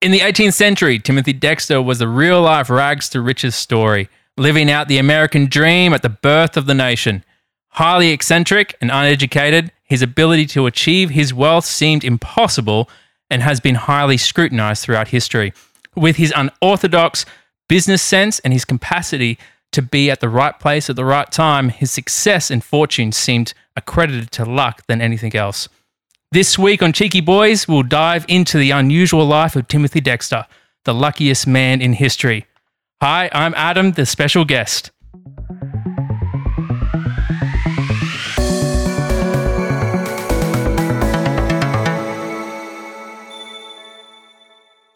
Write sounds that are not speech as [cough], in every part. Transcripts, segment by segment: In the 18th century, Timothy Dexter was a real life rags to riches story, living out the American dream at the birth of the nation. Highly eccentric and uneducated, his ability to achieve his wealth seemed impossible and has been highly scrutinized throughout history. With his unorthodox business sense and his capacity to be at the right place at the right time, his success and fortune seemed accredited to luck than anything else. This week on Cheeky Boys, we'll dive into the unusual life of Timothy Dexter, the luckiest man in history. Hi, I'm Adam, the special guest.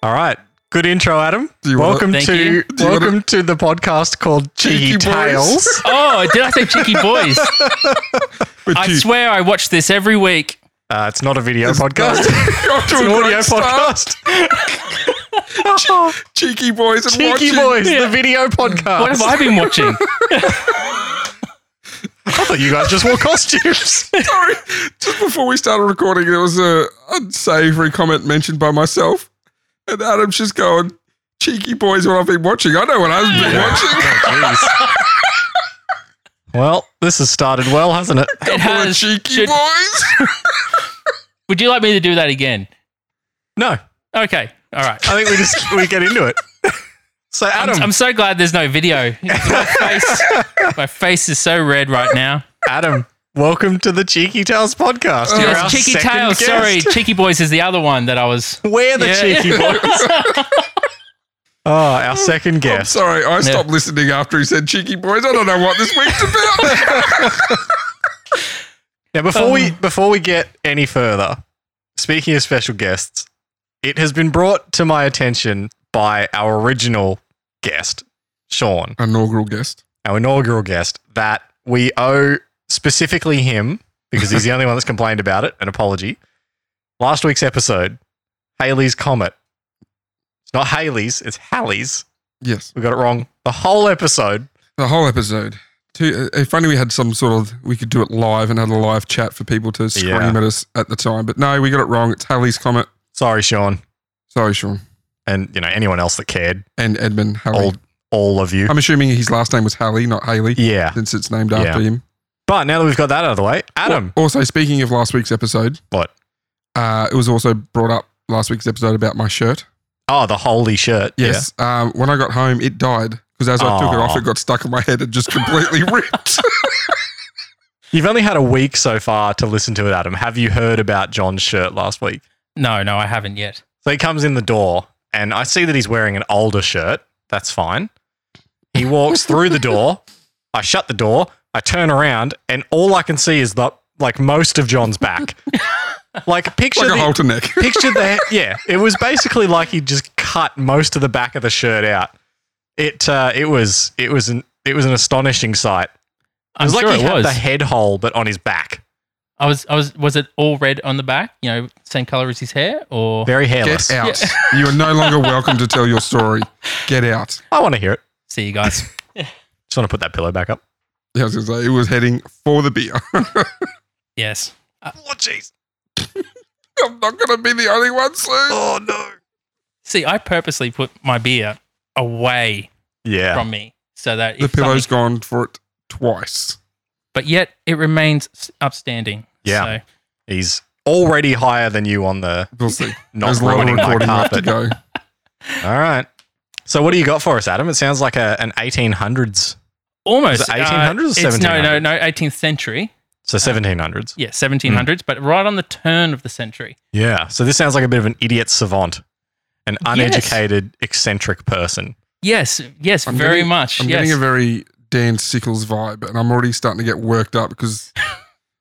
All right. Good intro, Adam. Do you wanna- welcome Thank to you. you wanna- welcome to the podcast called Cheeky Cheeky Boys. Tales. Oh, did I say Cheeky [laughs] Boys? With I you- swear I watch this every week. Uh, it's not a video podcast. [laughs] Got [laughs] it's to a an great audio start. podcast. [laughs] Cheeky boys and Cheeky watching. Boys, Yeah. the [laughs] video What podcast. have I been [laughs] watching? I thought you guys just wore [laughs] costumes. Sorry, just before we started recording, there was a unsavory comment mentioned by myself, and Adam's just going, "Cheeky boys, what I've been watching. I know what I've been watching. well, this has started well, hasn't it? It We're has. cheeky should- [laughs] boys." would you like me to do that again? No, I Okay. All right. think we just we get into it. So, I'm, Adam, I'm so glad there's no video. [laughs] My face, my face is so red right now. Adam, welcome to the Cheeky Tales podcast. You're our Yes, Cheeky second Tales. guest. Sorry, Cheeky Boys is the other one that I was. we're the Yeah. Cheeky [laughs] Boys. [laughs] oh, our second I'm guest. sorry, I stopped listening after he said "cheeky boys." I don't know what this week's about. [laughs] [laughs] Now, before we before we get any further, speaking of special guests, it has been brought to my attention by our original guest, Sean, Inaugural guest. our inaugural guest, that we owe specifically him because he's the only one that's complained about it. An apology. Last week's episode, Haley's comet. It's not Haley's, it's Halley's. Yes, We got it wrong. The whole episode. the whole episode. Too, if only we had some sort of we could do it live and had a live chat for people to scream Yeah. at us at the time. But no, we got it wrong. It's Halley's comet. Sorry, Sean, Sorry, Sean. and you know anyone else that cared. and Edmund Halley. All, all of you. I'm assuming his last name was Halley, not Haley, Yeah. since it's named after him. But now that we've got that out of the way, Adam, Also, speaking of last week's episode, what? uh, it was also brought up last week's episode about my shirt. Oh, the holy shirt. Yes. Um, when I got home, it died because as I took it Aw. off, it got stuck in my head and just completely [laughs] [laughs] ripped. Yeah. You've only had a week so far to listen to it, Adam. Have you heard about John's shirt last week? No, no, I haven't yet. So he comes in the door and I see that he's wearing an older shirt. That's fine. He [laughs] walks through the door. I shut the door. I turn around and all I can see is the like most of John's back. [laughs] like picture like a the- halter neck. Picture that. Yeah, it was basically like he just cut most of the back of the shirt out. It uh, it was it was an it was an astonishing sight. It I'm was sure like he it had was. the head hole, but on his back, I was, I was, was it all red on the back? You know, same color as his hair, or very hairless. Get out. you are no longer welcome to tell your story. Get out. I want to hear it. see you guys. [laughs] Just want to put that pillow back up. Yeah, I was going to say, it was heading for the beer. [laughs] yes. Uh, Oh jeez. I'm not going to be the only one soon. Oh no. see, I purposely put my beer away Yeah. from me so that The if something- pillow's gone for it twice. but yet it remains s- upstanding. Yeah. So, he's already higher than you on the We'll see. [laughs] not ruining my left to carpet. go. All right. So what do you got for us, Adam? It sounds like a, an 1800s, almost uh, Is it 1800s or it's- No, no, 1700s? no. 18th century. so 1700s. Hmm. Yeah, 1700s, but right on the turn of the century. Yeah. So this sounds like a bit of an idiot savant, an Yes. uneducated, eccentric person. Yes, yes, I'm very getting- much. I'm yes. getting a very Dan Sickles vibe, and I'm already starting to get worked up because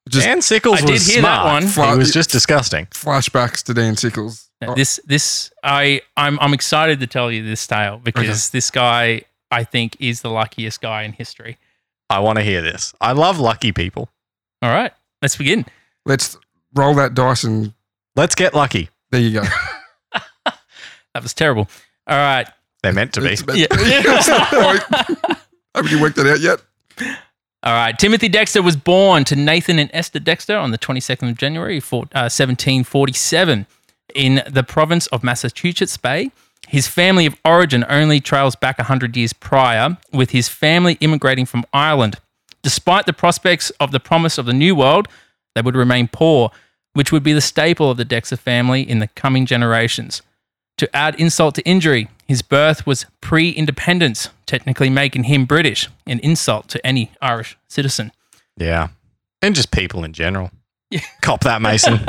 just Dan Sickles I was did hear that smart. one. He was just disgusting. flashbacks to Dan Sickles. Oh, No, this this I I'm I'm excited to tell you this tale because this guy I think is the luckiest guy in history. I want to hear this. I love lucky people. All right, let's begin. Let's roll that dice, and Let's get lucky. there you [laughs] go. That was terrible. All right. They're meant to be. [laughs] It's about- Yeah. [laughs] That's the point. [laughs] Haven't you worked that out yet? All right. Timothy Dexter was born to Nathan and Esther Dexter on the 22nd of January, four- uh, 1747. in the province of Massachusetts Bay. His family of origin only trails back 100 years prior, with his family immigrating from Ireland. Despite the prospects of the promise of the New World, they would remain poor, which would be the staple of the Dexter family in the coming generations. To add insult to injury, his birth was pre independence, technically making him British, an insult to any Irish citizen. Yeah. And just people in general. Yeah. Cop that, Mason.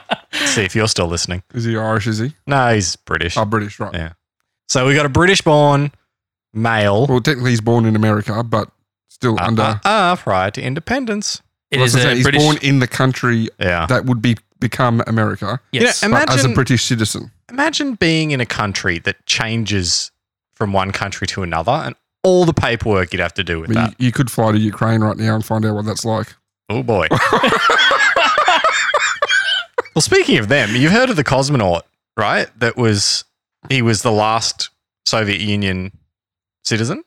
[laughs] See if you're still listening. Is he Irish? Is he? No, he's British. Um, Oh, British, right? Yeah. So we got a British born male Well, technically, he's born in America, but still uh, under. uh, uh, prior to independence. It Well, is I was gonna say, a he's British. born in the country Yeah. that would be become America, yes. You know, but as a imagine, British citizen. imagine being in a country that changes from one country to another and all the paperwork you'd have to do I with mean, that. you, you could fly to Ukraine right now and find out what that's like. Oh [laughs] boy. [laughs] well, speaking of them, you've heard of the cosmonaut, right? That was he was the last Soviet Union citizen.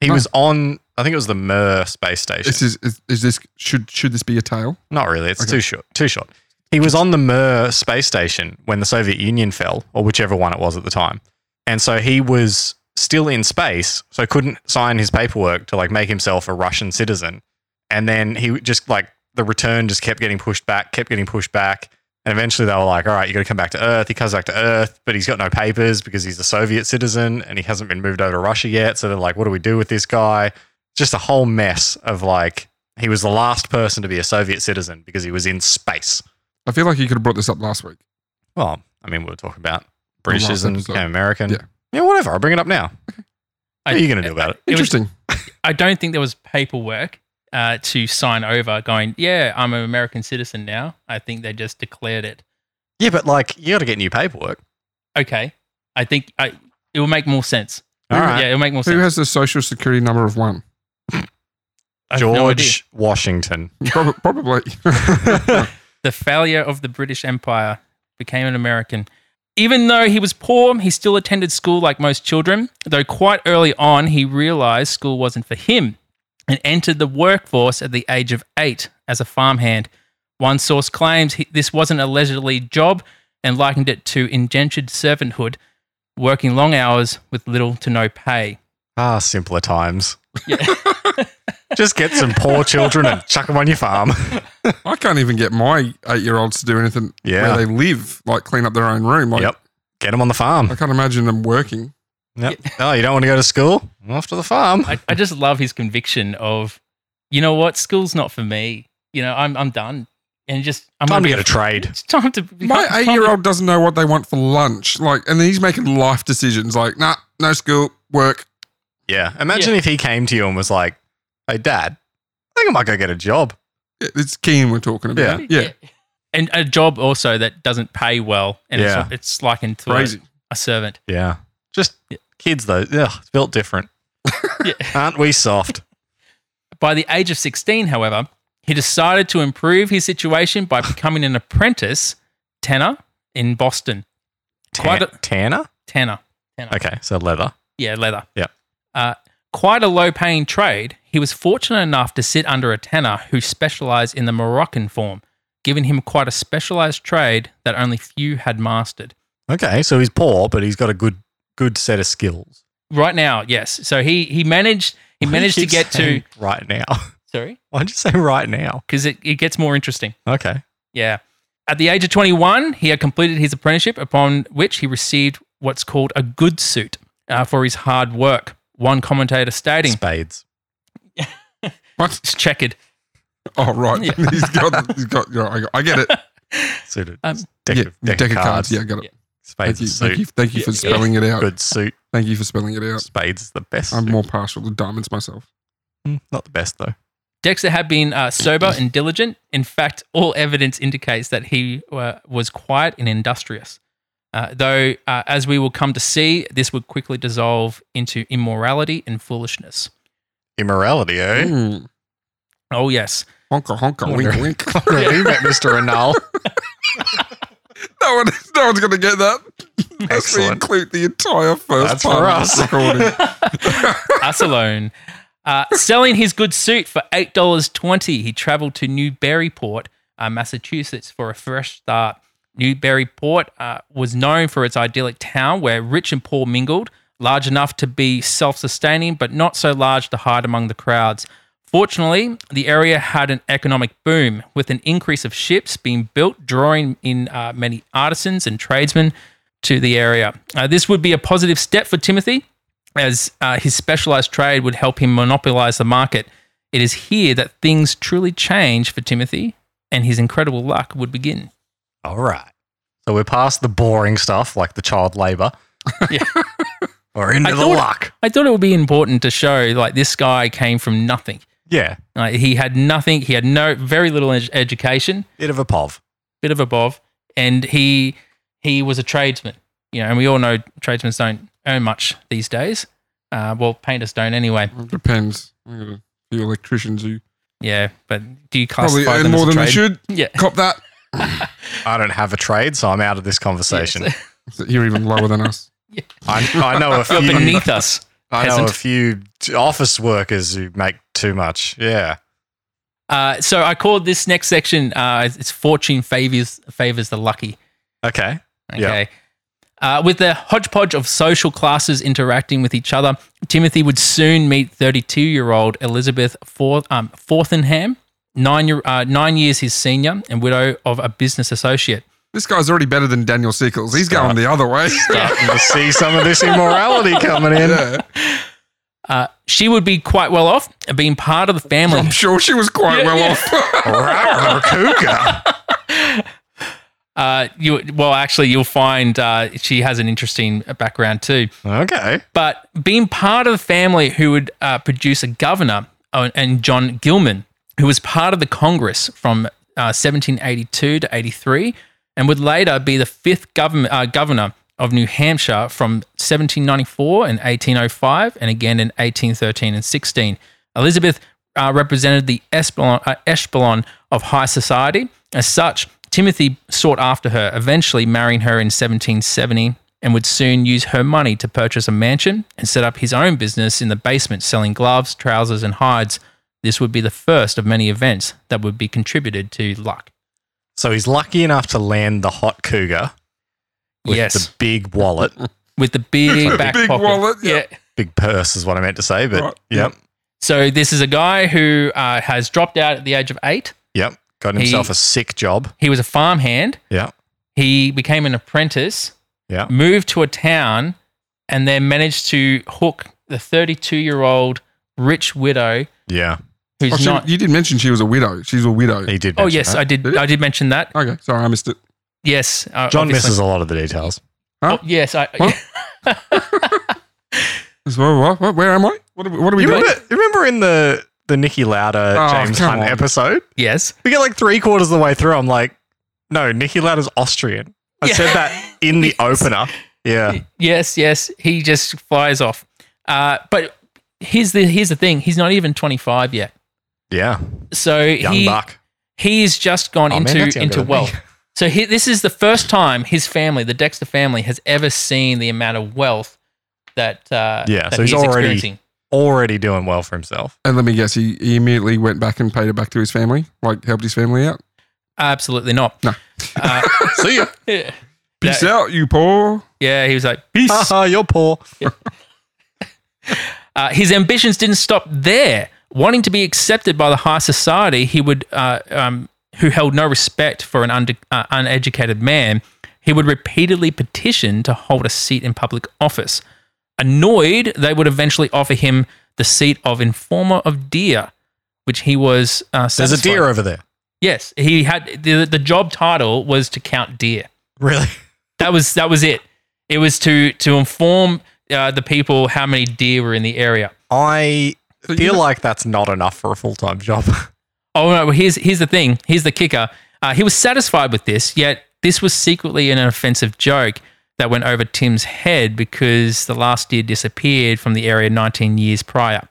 He No. was on I think it was the Mir space station. This is, is, is this should should this be a tale? Not really, it's Okay. too short. Too short. He was on the Mir space station when the Soviet Union fell, or whichever one it was at the time. And so he was still in space, so couldn't sign his paperwork to like make himself a Russian citizen. And then he just like the return just kept getting pushed back, kept getting pushed back. And eventually they were like, all right, you got to come back to Earth. He comes back to Earth, but he's got no papers because he's a Soviet citizen and he hasn't been moved over to Russia yet. So they're like, what do we do with this guy? Just a whole mess of like, he was the last person to be a Soviet citizen because he was in space. I feel like you could have brought this up last week. Well, I mean, we were talking about last British citizen, episode. became American. Yeah. Yeah. whatever. I'll bring it up now. I- what are you going to do about it? It was- Interesting. I don't think there was paperwork uh, to sign over going, yeah, I'm an American citizen now. I think they just declared it. Yeah, but like, you got to get new paperwork. Okay. I think I, it will make more sense. All right. Yeah, it'll make more Who sense. has the social security number of one? I have no idea. George Washington. Prob- Probably. [laughs] the failure of the British Empire became an American. Even though he was poor, he still attended school like most children, though quite early on he realized school wasn't for him and entered the workforce at the age of eight as a farmhand. One source claims he, this wasn't a leisurely job and likened it to indentured servanthood, working long hours with little to no pay. Ah, simpler times. [laughs] Just get some poor children and chuck them on your farm. I can't even get my eight year olds to do anything Yeah. where they live, like clean up their own room. Like, yep. Get them on the farm. I can't imagine them working. Yep. Oh, you don't want to go to school? Off to the farm. I, I just love his conviction of, you know what, school's not for me. You know, I'm, I'm done. And just, I'm Time gonna to be get a a trade. [laughs] It's time to My time to- eight year old doesn't know what they want for lunch. Like, and he's making life decisions like, nah, no school, work. Yeah. Imagine if he came to you and was like, hey, dad, I think I might go get a job. Yeah, It's Keen we're talking about. Yeah. And a job also that doesn't pay well, and Yeah. it's, it's likened to a, Crazy. a servant. Yeah. Just kids, though. Ugh, it's built different. [laughs] Yeah. [laughs] Aren't we [laughs] soft? By the age of 16, however, he decided to improve his situation [laughs] by becoming an apprentice tenor in Boston. Quite Tan- a- Tanner? Tanner. Okay. So leather. Yeah, leather. Yeah. Uh, quite a low paying trade, he was fortunate enough to sit under a tanner who specialized in the Moroccan form, giving him quite a specialized trade that only few had mastered. Okay. So he's poor, but he's got a good good set of skills. Right now, yes. So he he managed he Why do you managed to keep get to saying right now. [laughs] sorry Why'd you say right now? because it, it gets more interesting. Okay. Yeah. At the age of 21, he had completed his apprenticeship, upon which he received what's called a good suit uh, for his hard work. One commentator stating, Spades. What? [laughs] "It's checkered." Oh, right. Yeah. [laughs] he's got, he's got, yeah, I got- I get it. Suited. Um, deck, yeah, of, deck, of cards. Yeah, I got it. Yeah. Spades Thank you, is thank suit. you. Thank you for Yeah. spelling it out. Good suit. Thank you for spelling it out. Spades is the best. I'm suit. more partial to diamonds myself. Mm, Not the best, [laughs] though. Dexter had been uh, sober and diligent. In fact, all evidence indicates that he uh, was quiet and industrious. Uh, though, uh, as we will come to see, this would quickly dissolve into immorality and foolishness. Immorality, [laughs] eh? Mm. Oh yes, Honka, honka, Wonder- wink, wink. [laughs] Wonder if he met Mr. Anal. No, one, no one's going to get that. [laughs] Unless we Excellent. include the entire That's first part for of this us. [laughs] recording. us alone. Uh, selling his good suit for eight dollars twenty, he travelled to Newburyport, uh, Massachusetts, for a fresh start. Newburyport uh, was known for its idyllic town where rich and poor mingled, large enough to be self sustaining, but not so large to hide among the crowds. Fortunately, the area had an economic boom, with an increase of ships being built, drawing in uh, many artisans and tradesmen to the area. Uh, this would be a positive step for Timothy, as uh, his specialized trade would help him monopolize the market. It is here that things truly change for Timothy, and his incredible luck would begin. All right. So we're past the boring stuff like the child labor. [laughs] Yeah. [laughs] We're into I the thought- luck. I thought it would be important to show like this guy came from nothing. Yeah. Like, he had nothing. He had no very little ed- education, Bit of a pov. bit of above, and he he was a tradesman. You know, and we all know tradesmen don't earn much these days. Uh, well, painters don't anyway. Depends. I got a few electricians who Yeah, but do you classify probably earn them more as a than they trade? should. Yeah. Cop that. I don't have a trade, so I'm out of this conversation. Yes. You're even lower than us. [laughs] I, I know a [laughs] You're few. beneath us. I know a peasant. few t- office workers who make too much. Yeah. Uh, so I called this next section. Uh, it's fortune favors favors the lucky. Okay. Okay. Yeah. Uh, with the hodgepodge of social classes interacting with each other, Timothy would soon meet 32 year old Elizabeth For- um, Forthenham, nine, year, uh, nine years his senior and widow of a business associate. This guy's already better than Daniel Sickles. He's Stop. going the other way. Starting to see some of this immorality coming in. yeah. Uh, she would be quite well off, being part of the family. [laughs] [laughs] I'm sure she was quite Yeah, well yeah. off. Rarukuga. Uh, you, well, actually, you'll find uh, she has an interesting background too. Okay. but being part of the family who would uh, produce a governor uh, and John Gilman, who was part of the Congress from uh, 1782 to 83, and would later be the fifth government, uh, governor of New Hampshire from 1794 and 1805, and again in 1813 and 16. Elizabeth uh, represented the echelon, uh, echelon of high society. As such, Timothy sought after her, eventually marrying her in 1770, and would soon use her money to purchase a mansion and set up his own business in the basement selling gloves, trousers, and hides. This would be the first of many events that would be contributed to luck. So he's lucky enough to land the hot cougar with yes, the [laughs] big wallet. with the big back Big pocket. wallet, yeah. Yeah. Big purse is what I meant to say, but Right. yep. So this is a guy who uh, has dropped out at the age of eight. Yep. Got He- himself a sick job. He was a farmhand. Yeah. He became an apprentice. Yeah. moved to a town and then managed to hook the 32 year old rich widow Yeah. who's Oh, [laughs] she- not. you did mention she was a widow. She's a widow. He did. Oh mention yes, that. I did. Did it? I did mention that. Okay, sorry, I missed it. Yes, uh, John obviously. misses a lot of the details. Oh, yes, I. What? It's- What, what, what, where am I? What are, we- what are we You doing? remember, you remember in the, the Nicky Lauder Oh, James come Hunt on. episode? [laughs] yes. We get like three quarters of the way through. I'm like, no, Nicky Lauder's Austrian. I Yeah. said that in [laughs] the opener. Yeah. Yes. Yes. He just flies off. Uh, but here's the here's the thing. He's not even 25 yet. Yeah. So Young he buck. he's just gone Oh, man, into that's younger into than me. wealth. So he, this is the first time his family, the Dexter family, has ever seen the amount of wealth that uh, Yeah, that so he's already- experiencing. [laughs] Already doing well for himself. And let me guess, he, he immediately went back and paid it back to his family, like helped his family out. Absolutely not. No. Uh, See [laughs] ya. yeah. Peace out, you poor. Yeah, he was like, peace. [laughs] Haha, you're poor. Uh, his ambitions didn't stop there. Wanting to be accepted by the high society, he would, uh, um, who held no respect for an under, uh, uneducated man, he would repeatedly petition to hold a seat in public office. Annoyed, they would eventually offer him the seat of informer of deer, which he was. Uh, There's a satisfied- deer over there. Yes, he had the, the job title was to count deer. Really? That was that was it. It was to to inform uh, the people how many deer were in the area. [laughs] I So you feel know- like that's not enough for a full time job. Oh no! Well, here's here's the thing. Here's the kicker. Uh, he was satisfied with this, yet this was secretly an offensive joke that went over Tim's head because the last deer disappeared from the area 19 years prior.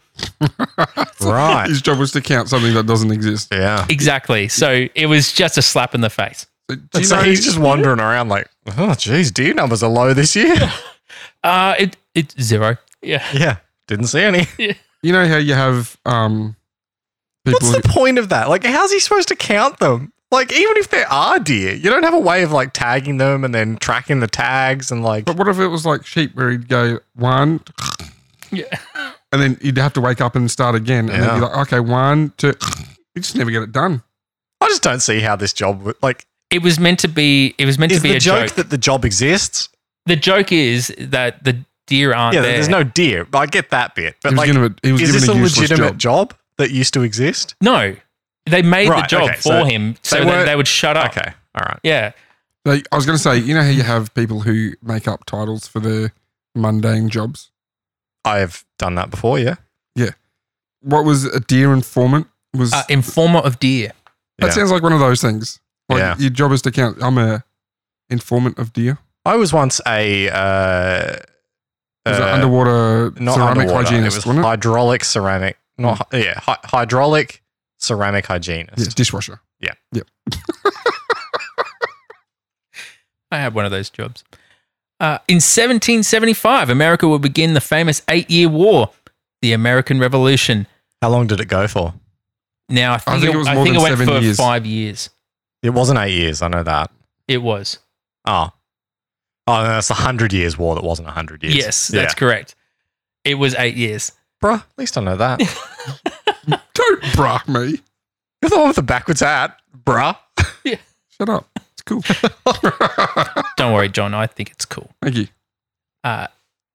right. His job was to count something that doesn't exist. [laughs] Yeah. Exactly. So it was just a slap in the face. So, do you so know, he's just wandering around like, oh, geez, deer numbers are low this year. [laughs] Uh, it it's zero. Yeah. yeah. Didn't see any. you know how you have um, people What's the point of that? Like, how's he supposed to count them? Like, even if there are deer, you don't have a way of like tagging them and then tracking the tags and like. But what if it was like sheep where he'd go one Yeah. and then you'd have to wake up and start again and then Yeah. be like, okay, one, two. You just never get it done. I just don't see how this job would like. It was meant to be. It was meant Is to be the a joke, joke. that the job exists? the joke is that the deer aren't yeah, there. there's no deer. But I get that bit. But he was like, given a, he was is given this a, a useless legitimate job. job. that used to exist? No. They made the Right, job okay, for so him so they that weren't- they would shut up. Okay, all right. Yeah. Like, I was going to say, you know how you have people who make up titles for their mundane jobs? I've done that before. Yeah, What was a deer informant? Was Uh, informer of deer. That Yeah. sounds like one of those things. Like Yeah. your job is to count. I'm a informant of deer. I was once a. Uh, It was uh, an underwater not ceramic underwater. It hygienist, was wasn't it? hydraulic ceramic, not Hmm. hy- yeah, hy- hydraulic ceramic Yeah, hygienist. dishwasher. I had one of those jobs. Uh, in 1775, America would begin the famous Eight Year War, the American Revolution. How long did it go for? Now, I think, think it, it was I more think than it went seven for years. five years. It wasn't eight years. I know that. It was. Oh, oh, no, that's the Hundred Years War. That wasn't a hundred years. Yes, that's correct. It was eight [laughs] years. yeah. bruh. At least I know that. Don't brah me. You're the one with the backwards hat, [laughs] bruh. Uh, Shut up. It's cool. [laughs] Don't worry, John. I think it's cool. Thank you. Uh,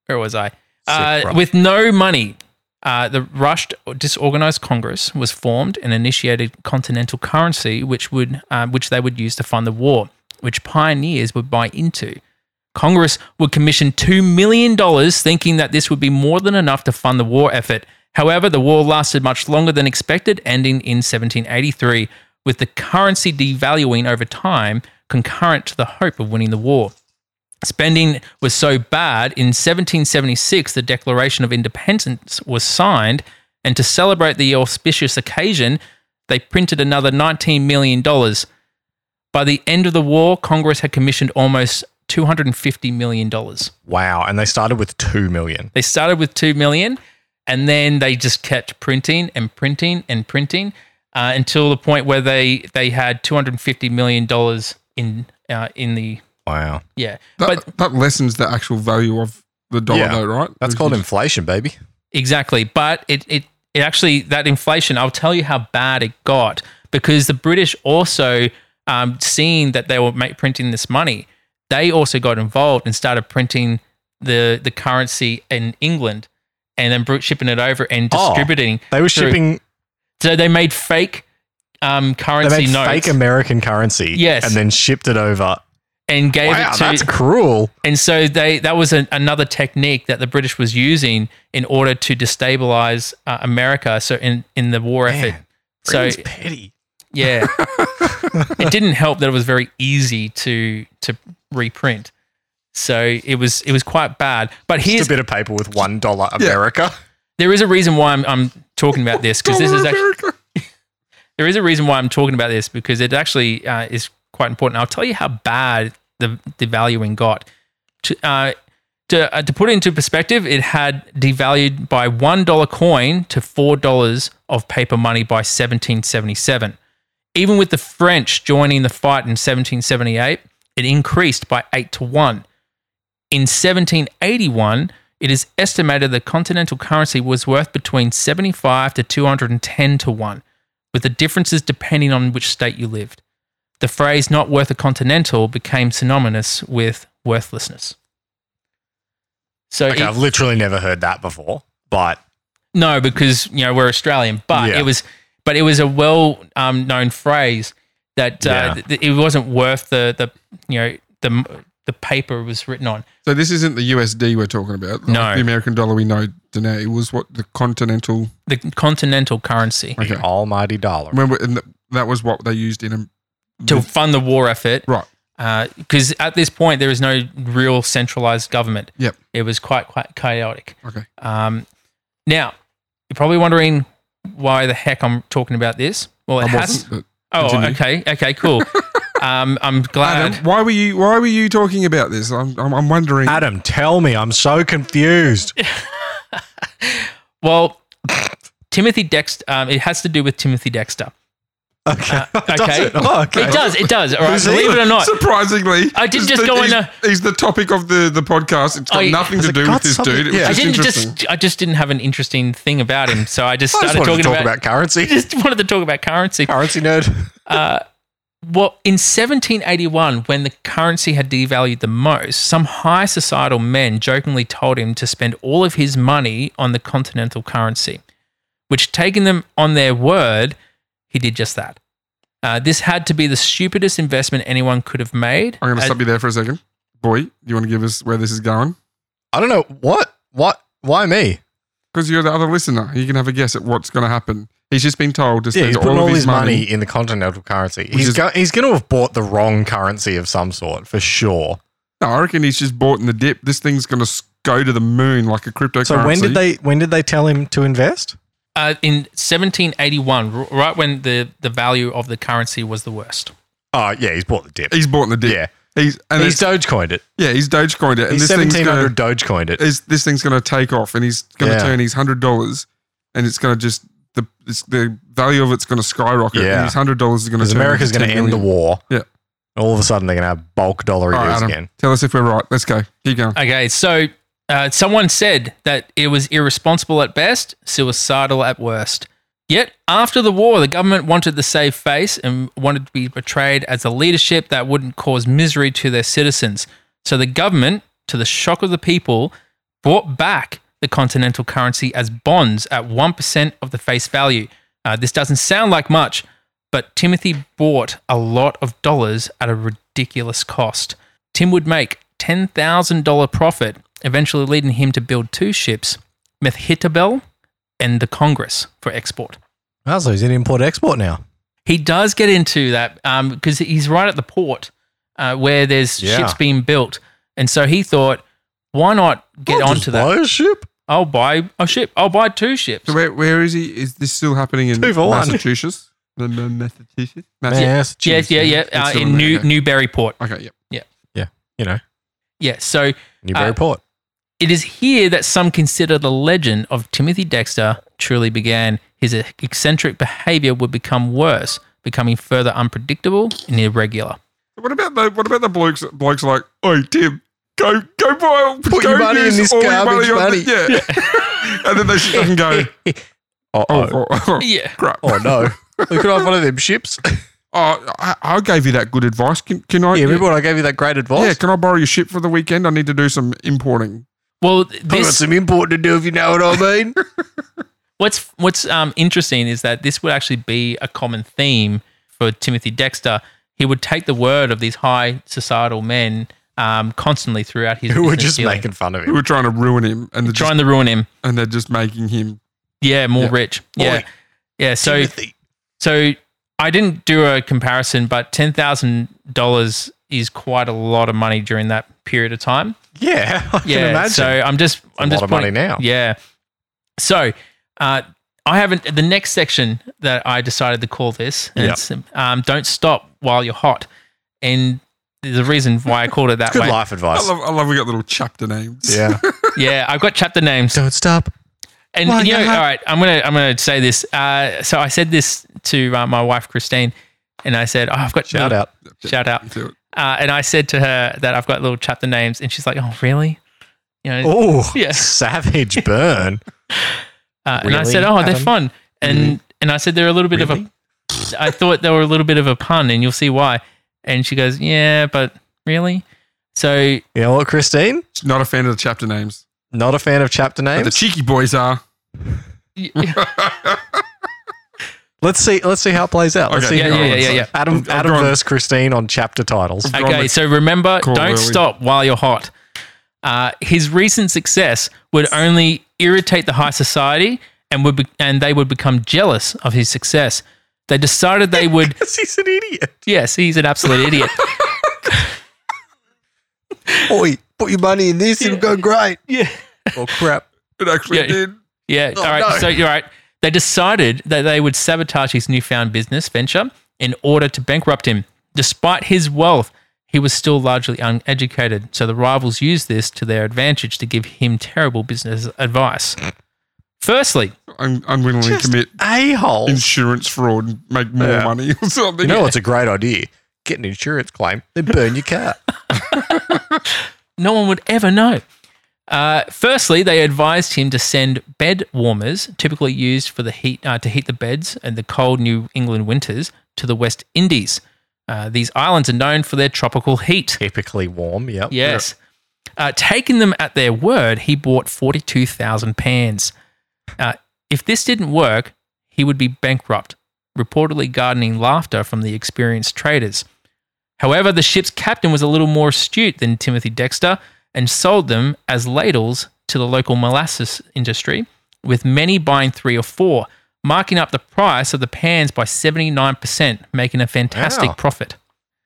where was I? Sick, Uh, bruh. with no money, uh, the rushed, disorganized Congress was formed and initiated continental currency, which would uh, which they would use to fund the war, which pioneers would buy into. Congress would commission two million dollars, thinking that this would be more than enough to fund the war effort. However, the war lasted much longer than expected, ending in 1783, with the currency devaluing over time, concurrent to the hope of winning the war. Spending was so bad, in 1776, the Declaration of Independence was signed, and to celebrate the auspicious occasion, they printed another $19 million. By the end of the war, Congress had commissioned almost $250 million. Wow. And they started with two million. They started with $2 million, and then they just kept printing and printing and printing uh, until the point where they, they had $250 million in, uh, in the, Wow. yeah. That, but that lessens the actual value of the dollar, Yeah. though, right? That's If called you- inflation, baby. Exactly. But it, it, it actually, that inflation, I'll tell you how bad it got because the British also, um, seeing that they were make, printing this money, they also got involved and started printing the, the currency in England and then br- shipping it over and Oh. distributing. They were True. shipping. So they made fake um, They currency made notes fake American currency. Yes. And then shipped it over. and gave Wow, it to that's cruel. And so they that was an, another technique that the British was using in order to destabilize uh, America. So in in the war Man, effort, so Britain's petty. yeah, it didn't help that it was very easy to to reprint. So it was it was quite bad. But Just here's a bit of paper with one dollar Yeah. America. there is a reason why I'm I'm talking about this because this Dollar is actually America. there is a reason why I'm talking about this because it actually uh, is quite important. I'll tell you how bad the devaluing got. To, uh, to, uh, to put it into perspective, it had devalued by $1 coin to $4 of paper money by 1777. Even with the French joining the fight in 1778, it increased by 8 to 1. In 1781, it is estimated the continental currency was worth between 75 to 210 to 1 with the differences depending on which state you lived. The phrase not worth a continental became synonymous with worthlessness. So, Okay, it- I've literally never heard that before, but no, because, you know, we're Australian, but Yeah. it was, but it was a well um, known phrase that uh, Yeah. th- th- it wasn't worth the, the, you know, the, the paper it was written on. So this isn't the USD we're talking about. No. the American dollar we know today It was what the continental. The continental currency Okay. the almighty dollar. Remember, and th- that was what they used in. um, to fund the war effort. Right. Because at this point, there was no real centralized government. Yep. It was quite, quite chaotic. Okay. Um, now, you're probably wondering why the heck I'm talking about this. Well, it I has. wasn't, Oh, Continue. okay, okay, [laughs] cool. um, I'm but- glad. Adam, why were you? Why were you talking about this? I'm, I'm, I'm wondering. Adam, tell me, I'm so confused. Well, Timothy Dexter. Um, it has to do with Timothy Dexter. Okay. [laughs] Does okay. it? Oh, okay. It does. It does. All right. Who's he? Believe it or [laughs] not. Surprisingly, I did he's just the, go in he's, a- he's the topic of the, the podcast. It's got I- nothing Has to it do got with this something? dude. It was Yeah. I just didn't interesting. just. I just didn't have an interesting thing about him, so I just I started just wanted to talking talk about, about, I [laughs] currency. [laughs] just wanted to talk about currency. currency nerd. Well, in 1781, when the currency had devalued the most, some high societal men jokingly told him to spend all of his money on the continental currency, which, taking them on their word, he did just that. Uh, this had to be the stupidest investment anyone could have made. I'm going to Uh, stop you there for a second. Boy, do you want to give us where this is going? I don't know what what why me. Because you're the other listener. You can have a guess at what's going to happen. He's just been told to Yeah, spend he's all putting of all his, his money. money, in the continental currency. He's is- go- he's going to have bought the wrong currency of some sort for sure. No, I reckon he's just bought in the dip. This thing's going to go to the moon like a cryptocurrency. So when did they when did they tell him to invest? Uh, in 1781, r- right when the, the value of the currency was the worst. Oh yeah, he's bought the dip. He's bought in the dip. yeah, He's and he's it's, Dogecoined it. yeah, he's Dogecoined it, and He's this thing's seventeen going hundred to Dogecoined it. is this thing's going to take off, and he's going to Yeah. turn his hundred dollars, and it's going to just the it's, the value of it's going to skyrocket, Yeah. and his hundred dollars is going to Because turn. America's into going to 10 end the million. war. Yeah. All of a sudden, they're going to have bulk dollar All right, deals Adam, again. tell us if we're right. Let's go. Keep going. Okay, so uh, someone said that it was irresponsible at best, suicidal at worst. Yet, after the war, the government wanted to save face and wanted to be portrayed as a leadership that wouldn't cause misery to their citizens. So, the government, to the shock of the people, bought back the continental currency as bonds at 1% of the face value. Uh, this doesn't sound like much, but Timothy bought a lot of dollars at a ridiculous cost. Tim would make $10,000 profit, eventually leading him to build two ships, Methitabel and the Congress, for export. Wow, so he's in import export now. He does get into that because he's right at the port uh, where there's Yeah. ships being built. And so he thought, why not get I'll just onto that? buy a ship. I'll buy a ship. I'll buy two ships. So where where is he? Is this still happening in Two for one. Massachusetts? The- the Massachusetts. Massa- Yes, Yeah, yeah, yeah. It's Uh, still in in New America. Newburyport. Okay. Yep. You know, Yeah. So Newbury Uh, [laughs] Port. It is here that some consider the legend of Timothy Dexter truly began. His e, eccentric behavior would become worse, becoming further unpredictable and irregular. What about the what about the blokes? Blokes like, oi Tim, go go buy, Put go your money in use this all your garbage on the- money. yeah. [laughs] and then they sit [laughs] and go, Oh, oh, oh, oh, oh, Yeah. crap. oh no. Could I have one of them [laughs] ships? Oh, I, I gave you that good advice. Can, can I? Yeah, remember when I gave you that great advice? yeah, can I borrow your ship for the weekend? I need to do some importing. Well, I've got this some import to do if you know what I [laughs] mean. what's what's um, interesting is that this would actually be a common theme for Timothy Dexter. He would take the word of these high societal men um, constantly throughout his. Who were business just dealing, making fun of We him. were trying to ruin him, and they're, just, trying to ruin him. and they're just making him. Yeah, more Yeah. rich. Yeah, Oi, yeah. So. Timothy. So I didn't do a comparison, but ten thousand dollars is quite a lot of money during that period of time. yeah, [laughs] I can Yeah. imagine. So I'm just I'm a just lot of money pointing- now. Yeah. So uh, I haven't the next section that I decided to call this. And Yep. it's, um, don't stop while you're hot, and there's a reason why I called it [laughs] that Good way. life I advice. love, I love we got little chapter names. yeah. Yeah, I've got chapter names. [laughs] Don't stop. And Why you know, not? all right, I'm gonna I'm gonna say this. Uh, so I said this to uh, my wife Christine, and I said, "Oh, I've got Shout out. shout out." Do it. Uh, and I said to her that I've got little chapter names, and she's like, "Oh, really?" You know, Oh, Yeah. savage burn. uh, and I really, said, "Oh, they're Adam? Mm-hmm. fun," and and I said they're a little bit of Really? a. [laughs] I thought they were a little bit of a pun, and you'll see why. And she goes, "Yeah, but really?" So You know what, Christine? She's Not a fan of the chapter names. Not a fan of chapter But the names. cheeky boys are. y- [laughs] yeah, Let's see. Let's see how it plays out. Let's see. Okay. yeah, who yeah, wins. yeah, yeah. Adam, I'm Adam going- versus Christine on [laughs] chapter titles. I've gone Okay, with- so remember, Call don't early. stop while you're hot. Uh, his recent success would only irritate the high society, and would be- and they would become jealous of his success. They decided they would [laughs] He's an idiot. Yes, he's an absolute idiot. Oi, put your money in this. It'll go great. yeah. Oh [laughs] crap. It actually Yeah. did. Yeah. Oh, all right. no. So you're right. They decided that they would sabotage his newfound business venture in order to bankrupt him. Despite his wealth, he was still largely uneducated. So the rivals used this to their advantage to give him terrible business advice. Firstly, un- unwillingly Just commit a hole. insurance fraud and make more Yeah. money [laughs] or something. You know what's a great idea? Get an insurance claim, then burn your car. [laughs] no one would ever know. Uh, firstly, they advised him to send bed warmers, typically used for the heat uh, to heat the beds and the cold New England winters, to the West Indies. Uh, these islands are known for their tropical heat. Typically warm, yep. Yes. Uh, taking them at their word, he bought 42,000 pans. Uh, if this didn't work, he would be bankrupt, reportedly gardening laughter from the experienced traders. However, the ship's captain was a little more astute than Timothy Dexter and sold them as ladles to the local molasses industry, with many buying three or four, marking up the price of the pans by 79%, making a fantastic Wow. profit.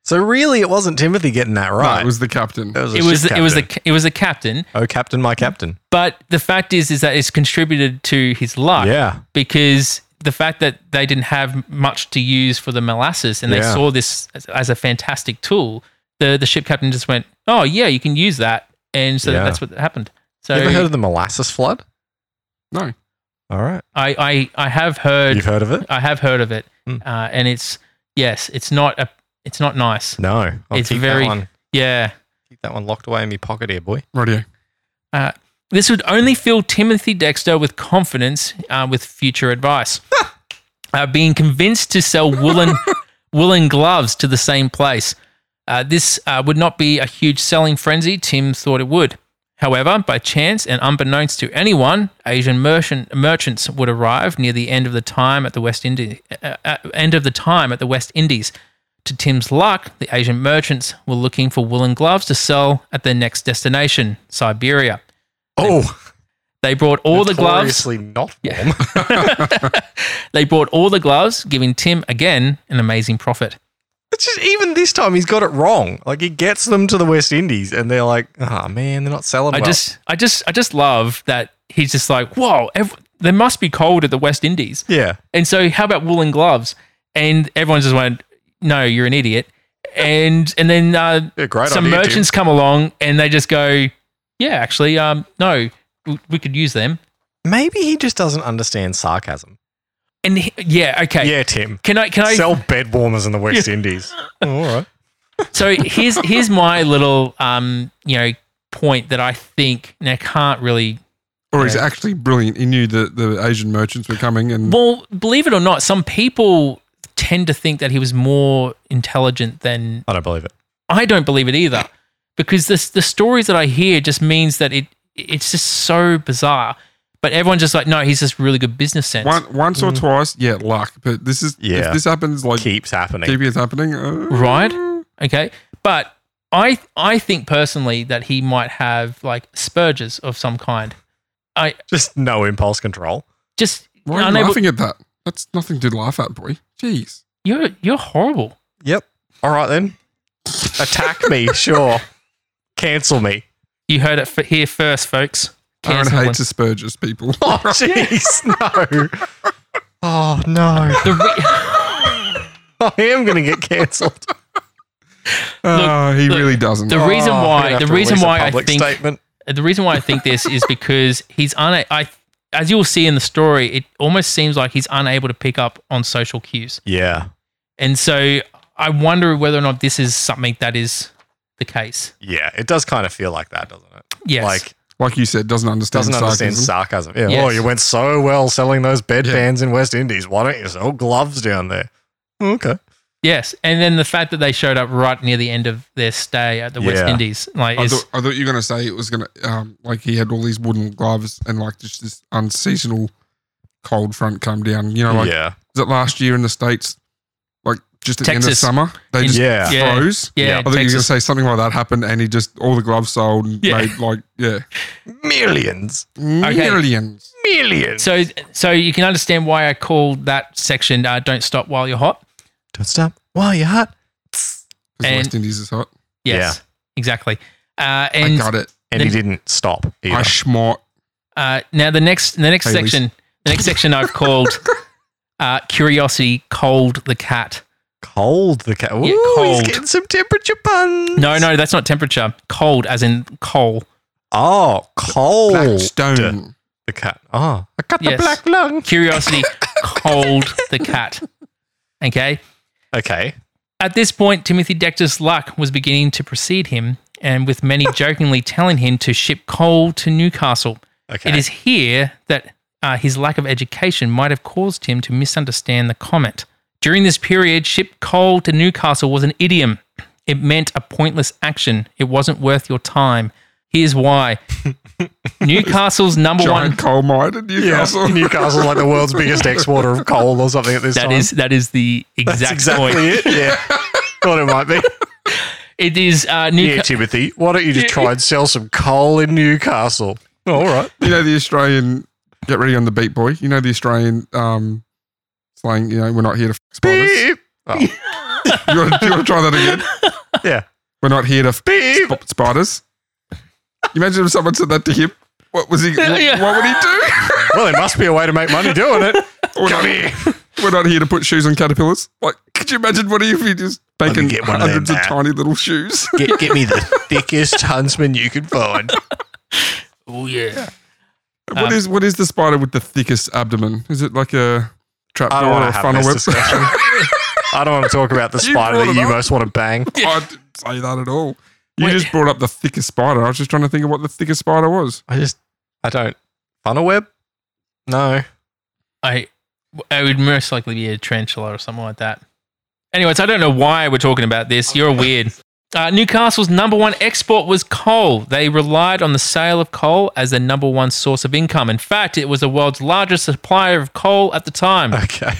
So really, it wasn't Timothy getting that No, right. it was the captain. was, It was, ship it was captain. the it was the captain oh captain, my captain. But the fact is, is that it's contributed to his luck Yeah, because the fact that they didn't have much to use for the molasses and they Yeah. saw this as, as a fantastic tool, the, the ship captain just went, "Oh yeah, you can use that," and so Yeah. that's what happened. So you ever heard of the molasses flood? No. All right, I, I I have heard you've heard of it? I have heard of it, Mm. uh, and it's yes, it's not a it's not nice. No, I'll It's keep very- that one. Yeah. Keep that one locked away in my pocket, here, boy. Radio. This would only fill Timothy Dexter with confidence uh, with future advice. uh, being convinced to sell woolen, woolen gloves to the same place. Uh, this uh, would not be a huge selling frenzy, Tim thought it would. However, by chance and unbeknownst to anyone, Asian merchant, merchants would arrive near the end of the time at the West Indies. Uh, uh, end of the time at the West Indies. To Tim's luck, the Asian merchants were looking for woolen gloves to sell at their next destination, Siberia. Oh, They brought all the gloves. Notoriously not warm. [laughs] They brought all the gloves, giving Tim again an amazing profit. it's just even this time he's got it wrong. Like he gets them to the West Indies, and they're like, "Ah, man, they're not selling." I well." just, I just, I just love that he's just like, whoa, ev- there must be cold at the West Indies, yeah, and so how about woolen gloves? And everyone just went, no, you're an idiot. And and then uh, yeah, great some idea, Tim. merchants come along and they just go, yeah, actually, um, no, w- we could use them. Maybe he just doesn't understand sarcasm. And he- yeah, okay, Yeah, Tim. can I, can I? Sell bed warmers in [laughs] the West Indies. Oh, all right. So here's here's my little um you know point that I think and I can't really Or he's Yeah. actually brilliant. He knew that the Asian merchants were coming and well believe it or not some people tend to think that he was more intelligent than I don't believe it. I don't believe it either because this the stories that I hear just means that it it's just so bizarre but everyone's just like no he's just really good business sense one, once Mm. or twice, yeah, luck. But this is, Yeah. if this happens like Keeps happening. keep it's happening. Uh, Right. okay but I I think personally that he might have like Spurges of some kind I just no impulse control. just Why are you unable- laughing at that? That's nothing to laugh at, boy. Jeez. you're you're horrible Yep. All right then. [laughs] Attack me, sure. Cancel me. You heard it f- here first, folks. Aaron Cancel hates them. Asperger's people. [laughs] [laughs] Oh [laughs] jeez, no. Oh [laughs] no. The re- I am gonna get cancelled. Oh, he look, really doesn't. the Oh, reason I'm why- gonna have the to reason release a why I public think- statement. the reason why I think this is because he's una- I as you'll see in the story, it almost seems like he's unable to pick up on social cues, Yeah. and so I wonder whether or not this is something that is the case. Yeah. It does kind of feel like that, doesn't it? Yes, Like like you said, doesn't understand doesn't sarcasm. understand sarcasm. Yeah. Yes. Oh, you went so well selling those bed Yeah. pans in West Indies. Why don't you sell gloves down there? Okay. yes, and then the fact that they showed up right near the end of their stay at the West Yeah. Indies, like, I is, thought, I thought you were going to say it was going to, um, like he had all these wooden gloves and like just this unseasonal cold front come down. You know, like, yeah. was it last year in the States? Like just at Texas. the end of summer, they In- just Yeah. Yeah. froze. yeah, I I think you were going to Texas. say something like that happened and he just, all the gloves sold and Yeah. made like, yeah, Millions. millions. Millions. so so you can understand why I called that section uh, "Don't Stop While You're Hot." Don't stop while you're hot. Because And- West Indies is hot. Yes, exactly. Uh, I and got it. And he didn't stop either. I schmort. Uh, now the next the next Hey, Lisa. section the next section [laughs] I've called uh, curiosity cold the cat. cold the cat. Ooh, Yeah, he's cold. getting some temperature puns. No, no, that's not temperature. Cold as in coal. Oh, cold. Black stone. The cat. Oh, I got Yes. the black lung. [laughs] Curiosity cold the cat. Okay. Okay. At this point, Timothy Dexter's luck was beginning to precede him, and with [laughs] many jokingly telling him to ship coal to Newcastle. Okay. It is here that uh, his lack of education might have caused him to misunderstand the comment. During this period, ship coal to Newcastle was an idiom. It meant a pointless action. It wasn't worth your time. Here's [laughs] why. Newcastle's number Giant one. coal mine in Newcastle. [laughs] Newcastle's like the world's biggest exporter of coal or something at this That time. is that is the exact [laughs] That's exactly point. it. Yeah. Thought it [laughs] might be. It is uh, Yeah, Newcastle. Timothy, why don't you just try and sell some coal in Newcastle? All right. You know the Australian. Get ready on the beat, boy. You know the Australian um, slang. You know we're not here to f- spiders. Beep. Oh, You want to try that again? [laughs] yeah. We're not here to f- Beep. sp- spiders. Imagine if someone said that to him. What was he? What, Yeah. what would he do? [laughs] Well, there must be a way to make money doing it. we're, Come not, here. we're not here to put shoes on caterpillars. Like, could you imagine what if he just me making get one of them, hundreds of, Matt. tiny [laughs] little shoes? Get, get me the thickest huntsman you can find. Oh yeah. Um, what is what is the spider with the thickest abdomen? Is it like I a trapdoor don't or want a to have funnel this web? discussion. [laughs] I don't want to talk about the You spider brought that it you up. most want to bang. I didn't say that at all. You Wait. just brought up the thickest spider. I was just trying to think of what the thickest spider was. I just, I don't. Funnel web? No. I it would most likely be a tarantula or something like that. Anyways, I don't know why we're talking about this. You're weird. Uh, Newcastle's number one export was coal. They relied on the sale of coal as their number one source of income. In fact, it was the world's largest supplier of coal at the [laughs] time. Okay.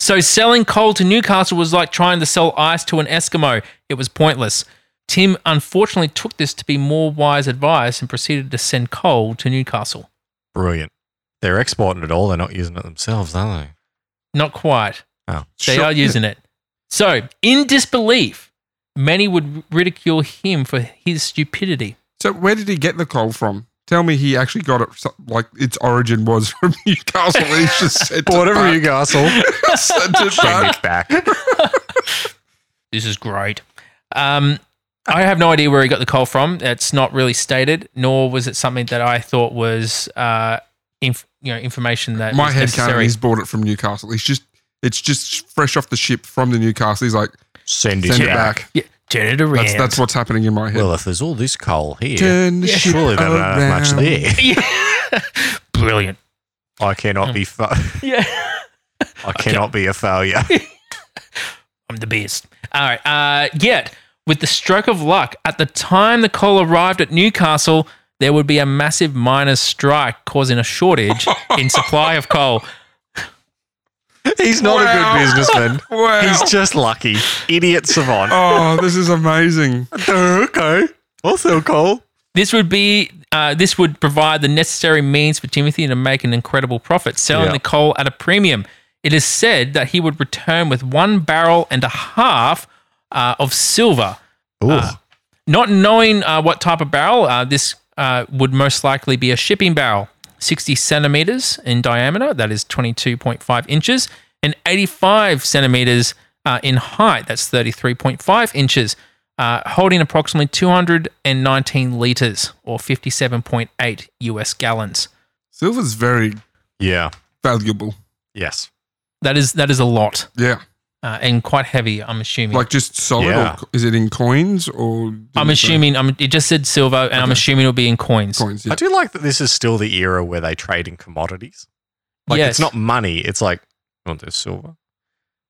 So selling coal to Newcastle was like trying to sell ice to an Eskimo. It was pointless. Tim unfortunately took this to be more wise advice and proceeded to send coal to Newcastle. Brilliant. They're exporting it all. They're not using it themselves, are Not quite. Oh. They Sure. are using it. So, in disbelief, many would ridicule him for his stupidity. So where did he get the coal from? Tell me he actually got it so- like its origin was [laughs] from Newcastle. He just sent it they? Whatever back. you Newcastle. [laughs] sent it back. back. This is great. Um, I have no idea where he got the coal from. It's not really stated, nor was it something that I thought was, uh, inf- you know, information that My is head can't. necessary. He's bought it from Newcastle. He's just it's just fresh off the ship from the Newcastle. He's like Send send it back. Yeah, turn it around. [laughs] That's that's what's happening in my head. Well, if there's all this coal here, Turn the ship surely they don't have much around. there. brilliant. I cannot be. Fa- Yeah. [laughs] I cannot be a failure. I'm the beast. All right. Uh, yet, with the stroke of luck, at the time the coal arrived at Newcastle, there would be a massive miners' strike causing a shortage in supply of coal. [laughs] He's not Wow. a good businessman. Wow. He's just lucky. Idiot savant. [laughs] oh, this is amazing. Oh, okay. I'll sell coal. This would be uh, this would provide the necessary means for Timothy to make an incredible profit, selling Yeah. the coal at a premium. It is said that he would return with one barrel and a half uh, of silver. Ooh. Not knowing uh, what type of barrel, uh, this uh, would most likely be a shipping barrel, 60 centimeters in diameter, that is 22.5 inches, and 85 centimeters uh, in height, that's 33.5 inches, uh, holding approximately 219 liters or 57.8 US gallons. Silver's very yeah. valuable. Yes. That is that is a lot Yeah, uh, and quite heavy, I'm assuming. like just solid. Yeah. Or is it in coins or? I'm assuming I'm, it just said silver, and I'm Okay. assuming it'll be in coins. coins. Yeah. I do like that this is still the era where they trade in commodities. Like yes, it's not money. It's like you want this silver.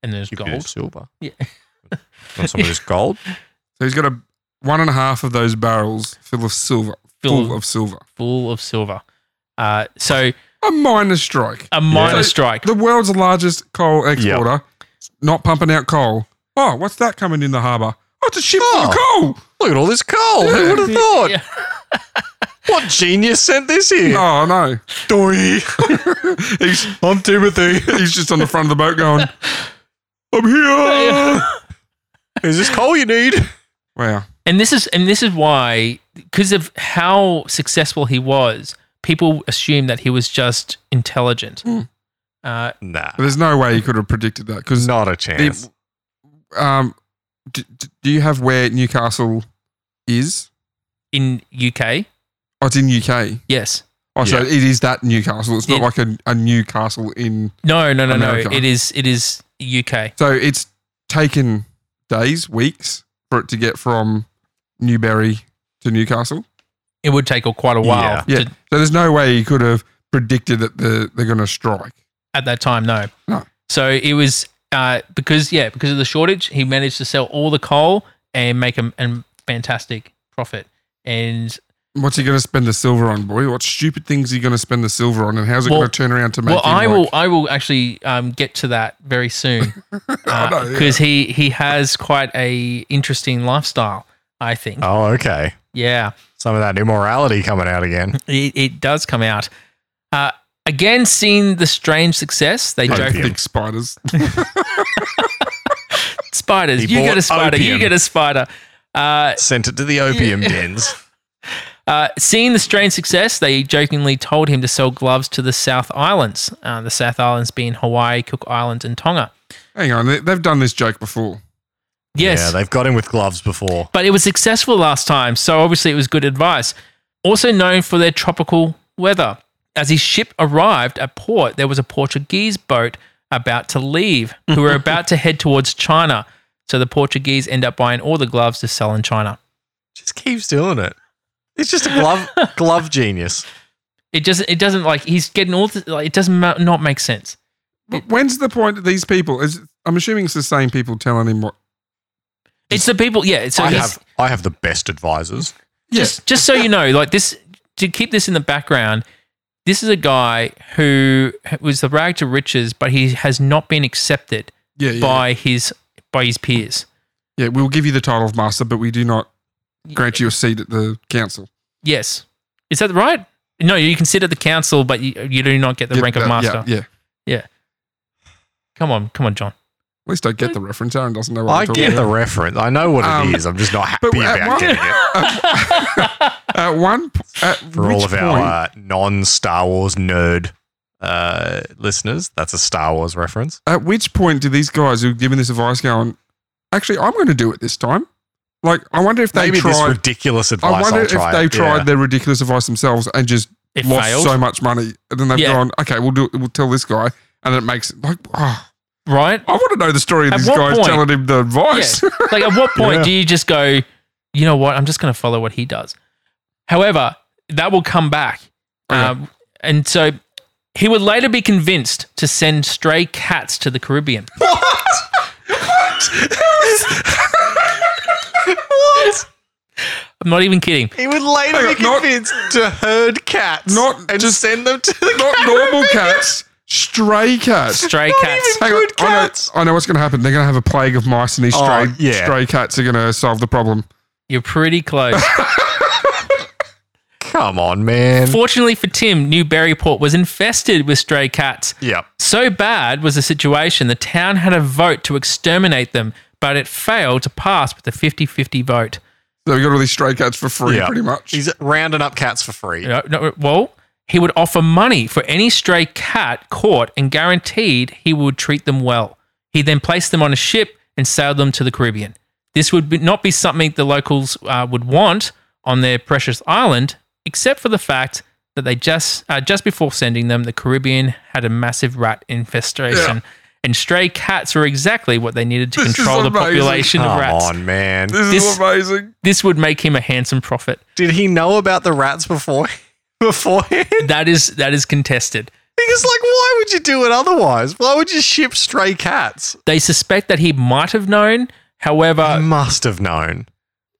and there's You can do gold. silver. Yeah. [laughs] want some of this gold? So he's got a one and a half of those barrels full of silver, Full- full of silver. full of silver. Uh, so A minor strike. a minor So- strike. The world's largest coal exporter, not pumping out coal. Oh, what's that coming in the harbour? Oh, it's a ship full of coal. Look at all this coal. Who would have thought? [laughs] What genius sent this here? Oh no, Doi. [laughs] He's- I'm Timothy. [laughs] he's just on the front of the boat going, [laughs] "I'm here." Is this coal you need? Wow. And this is and this is why because of how successful he was, people assumed that he was just intelligent. Hmm. Uh, Nah. There's no way he could have predicted that because Not a chance. um, do, do you have where Newcastle is? in UK, Oh, it's in UK. yes, Oh, so Yeah. it is that Newcastle. It's not It- like a, a Newcastle in. No, no, no, America. no. It is it is UK. So it's taken days, weeks for it to get from Newberry to Newcastle. It would take quite a while Yeah. to, So there's no way you could have predicted that the, they're going to strike. at that time. No. No. So it was uh, because yeah, because of the shortage, he managed to sell all the coal and make a and fantastic profit. And What's he going to spend the silver on, boy? What stupid things are you going to spend the silver on, and how's it Well- going to turn around to make? well, him I like- will I will actually um, get to that very soon [laughs] uh, [laughs] because know, yeah. he he has quite a interesting lifestyle. I think. Oh, okay. Yeah. Some of that immorality coming out again. It, it does come out. Uh, again, seeing the strange success, they I joke don't Opium. think spiders. spiders. He You get bought a spider. You opium. get a spider. Uh, Sent it to the opium dens. uh, seeing the strange success, they jokingly told him to sell gloves to the South Islands, uh, the South Islands being Hawaii, Cook Islands, and Tonga. Hang on, they, they've done this joke before. [laughs] Yes, Yeah, they've got him with gloves before. but it was successful last time, so obviously it was good advice. Also known for their tropical weather. As his ship arrived at port, there was a Portuguese boat about to leave who [laughs] were about to head towards China. So the Portuguese end up buying all the gloves to sell in China. Just keeps doing it. It's just a [laughs] glove glove genius. It doesn't. It doesn't like he's getting all. The, like, it doesn't ma- not make sense. But when's the point that these people? Is I'm assuming it's the same people telling him what. It's the people. Yeah. So I he's, have I have the best advisors. Yes, just just so you know, like this to keep this in the background, this is a guy who was the rag to riches, but he has not been accepted yeah, yeah, yeah. by his by his peers. yeah. We'll give you the title of master, but we do not grant you a seat at the council. Yes, is that right? No, you can sit at the council, but you, you do not get the Yeah, rank of that- master. Yeah, yeah. Come on, come on, [laughs] John. At least I get the reference. Aaron doesn't know what I I'm get talking the about. reference. I know what Um, it is. I'm just not happy but at about one- getting it. [laughs] At Uh, one, p- at For which all of point, our uh, non Star Wars nerd uh, listeners, that's a Star Wars reference. at which point do these guys who've given this advice going? Actually, I'm going to do it this time. Like, I wonder if they Maybe this tried. ridiculous I advice. wonder I'll if try they it. tried Yeah. their ridiculous advice themselves and just It lost failed, so much money, and then they've Yeah. gone, okay, we'll do, we'll tell this guy, and it makes like, oh, right? I want to know the story of At these what guys point- telling him the advice. Like, at what point Yeah. do you just go? You know what? I'm just going to follow what he does. However, that will come back, Okay. um, and so he would later be convinced to send stray cats to the Caribbean. [laughs] What? I'm not even kidding. He would later be Hang on, not- convinced to herd cats Not and just send them to the [laughs] Not normal cats, stray cats. [laughs] Stray Not cats. even- Hang on, Good I know, cats. I know what's going to happen. They're going to have a plague of mice, and these Oh, stray, yeah. stray cats are going to solve the problem. You're pretty [laughs] close. [laughs] Come on, man. Fortunately for Tim, New Berryport was infested with stray cats. yep. So bad was the situation, the town had a vote to exterminate them, but it failed to pass with a 50 50 vote. So we got all these stray cats for free, Yeah. pretty much. He's rounding up cats for free. No, no, well, he would offer money for any stray cat caught and guaranteed he would treat them well. He then placed them on a ship and sailed them to the Caribbean. This would be, not be something the locals uh, would want on their precious island, except for the fact that they just uh, just before sending them, the Caribbean had a massive rat infestation, and stray cats were exactly what they needed to This is control the amazing. population of Come rats. on, man. this, this- is amazing. This would make him a handsome profit. Did he know about the rats before [laughs] beforehand? That is that is contested. Because like why would you do it otherwise? Why would you ship stray cats? They suspect that he might have known. I However, must have known.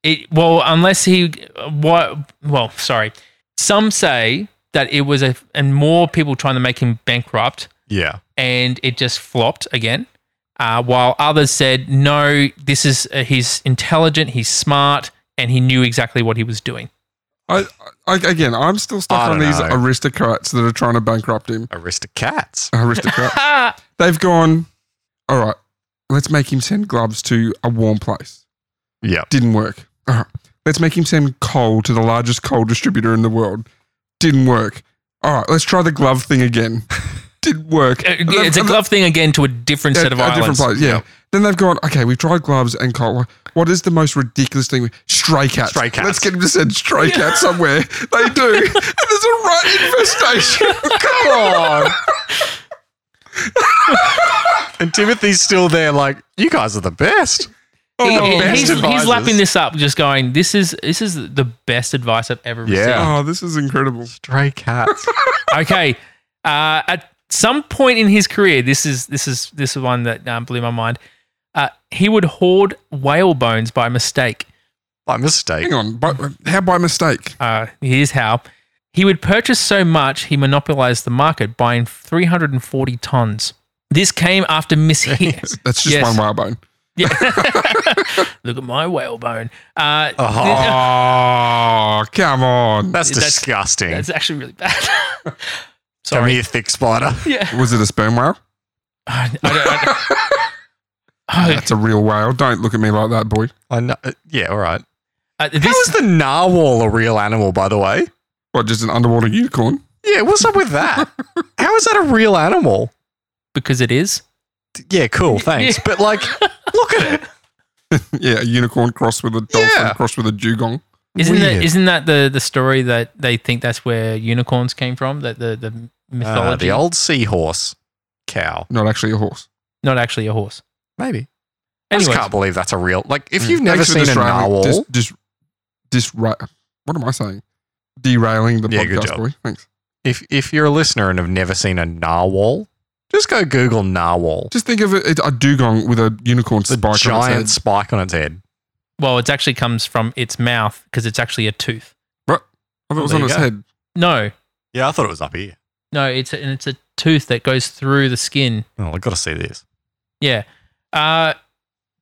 it, well, unless he, what? Well, sorry. Some say that it was a, and more people trying to make him bankrupt, Yeah. and it just flopped again. Uh, while others said, no, this is uh, he's intelligent, he's smart, and he knew exactly what he was doing. I, I, again, I'm still I stuck on don't these know. aristocrats that are trying to bankrupt him. Aristocats. [laughs] Aristocrat. Ah, They've gone, all right, let's make him send gloves to a warm place. Yeah. Didn't work. All right, let's make him send coal to the largest coal distributor in the world. Didn't work. All right, let's try [laughs] the glove thing again. Didn't work. uh, yeah, it's a And glove thing again to a different then- set of a islands. different place. Yeah. Then they've gone, okay, we've tried gloves and collar. What is the most ridiculous thing? we- Stray cats. Stray cats. Let's get them to send stray cats somewhere. They [laughs] do. and there's a rat infestation. Come on. And Timothy's still there, like, you guys are the best. Oh, He- the he- best he's, he's advisors. lapping this up, just going, "This is this is the best advice I've ever Yeah. received." Oh, this is incredible. [laughs] Stray cats. okay. Uh, at some point in his career, this is this is this is one that um, blew my mind. Uh, he would hoard whale bones by mistake. By mistake. Hang on. But how by mistake? Uh, here's how: he would purchase so much he monopolized the market, buying 340 tons. This came after [laughs] mishear. That's just Yes. one whale bone. [laughs] Yeah. [laughs] Look at my whalebone. Uh, [laughs] Oh, Oh, come on. that's That's- disgusting. That's actually really bad. [laughs] Come Sorry. here, thick spider. [laughs] Yeah. Was it a sperm whale? I don't- I don't- Oh, That's a real whale. Don't look at me like that, boy. I know. Yeah, all right. uh, How this is the narwhal a real animal, by the way? What, just an underwater unicorn? [laughs] Yeah, what's up with [laughs] that? How is that a real animal? because it is. Yeah, cool, thanks. But like, look at it. yeah, a unicorn crossed with a dolphin Yeah. crossed with a dugong. Isn't that Weird. isn't that the the story that they think that's where unicorns came from? That the the Uh, mythology, the old seahorse cow. Not actually a horse. not actually a horse. Maybe. I just Anyway, can't believe that's a real. Like, if you've Mm. never Thanks for seen a describing- narwhal, Dis, dis, disra- what am I saying? Derailing the Yeah, good podcast, job. boy. Thanks. if if you're a listener and have never seen a narwhal, just go Google narwhal. Just think of it, it- a dugong with a unicorn It's a spike on its giant head. spike on its head. well, it actually comes from its mouth because it's actually a tooth. I thought it was There on you its go. head. No, Yeah, I thought it was up here. no, it's a, and it's a tooth that goes through the skin. Oh, I've got to see this. Yeah. Uh,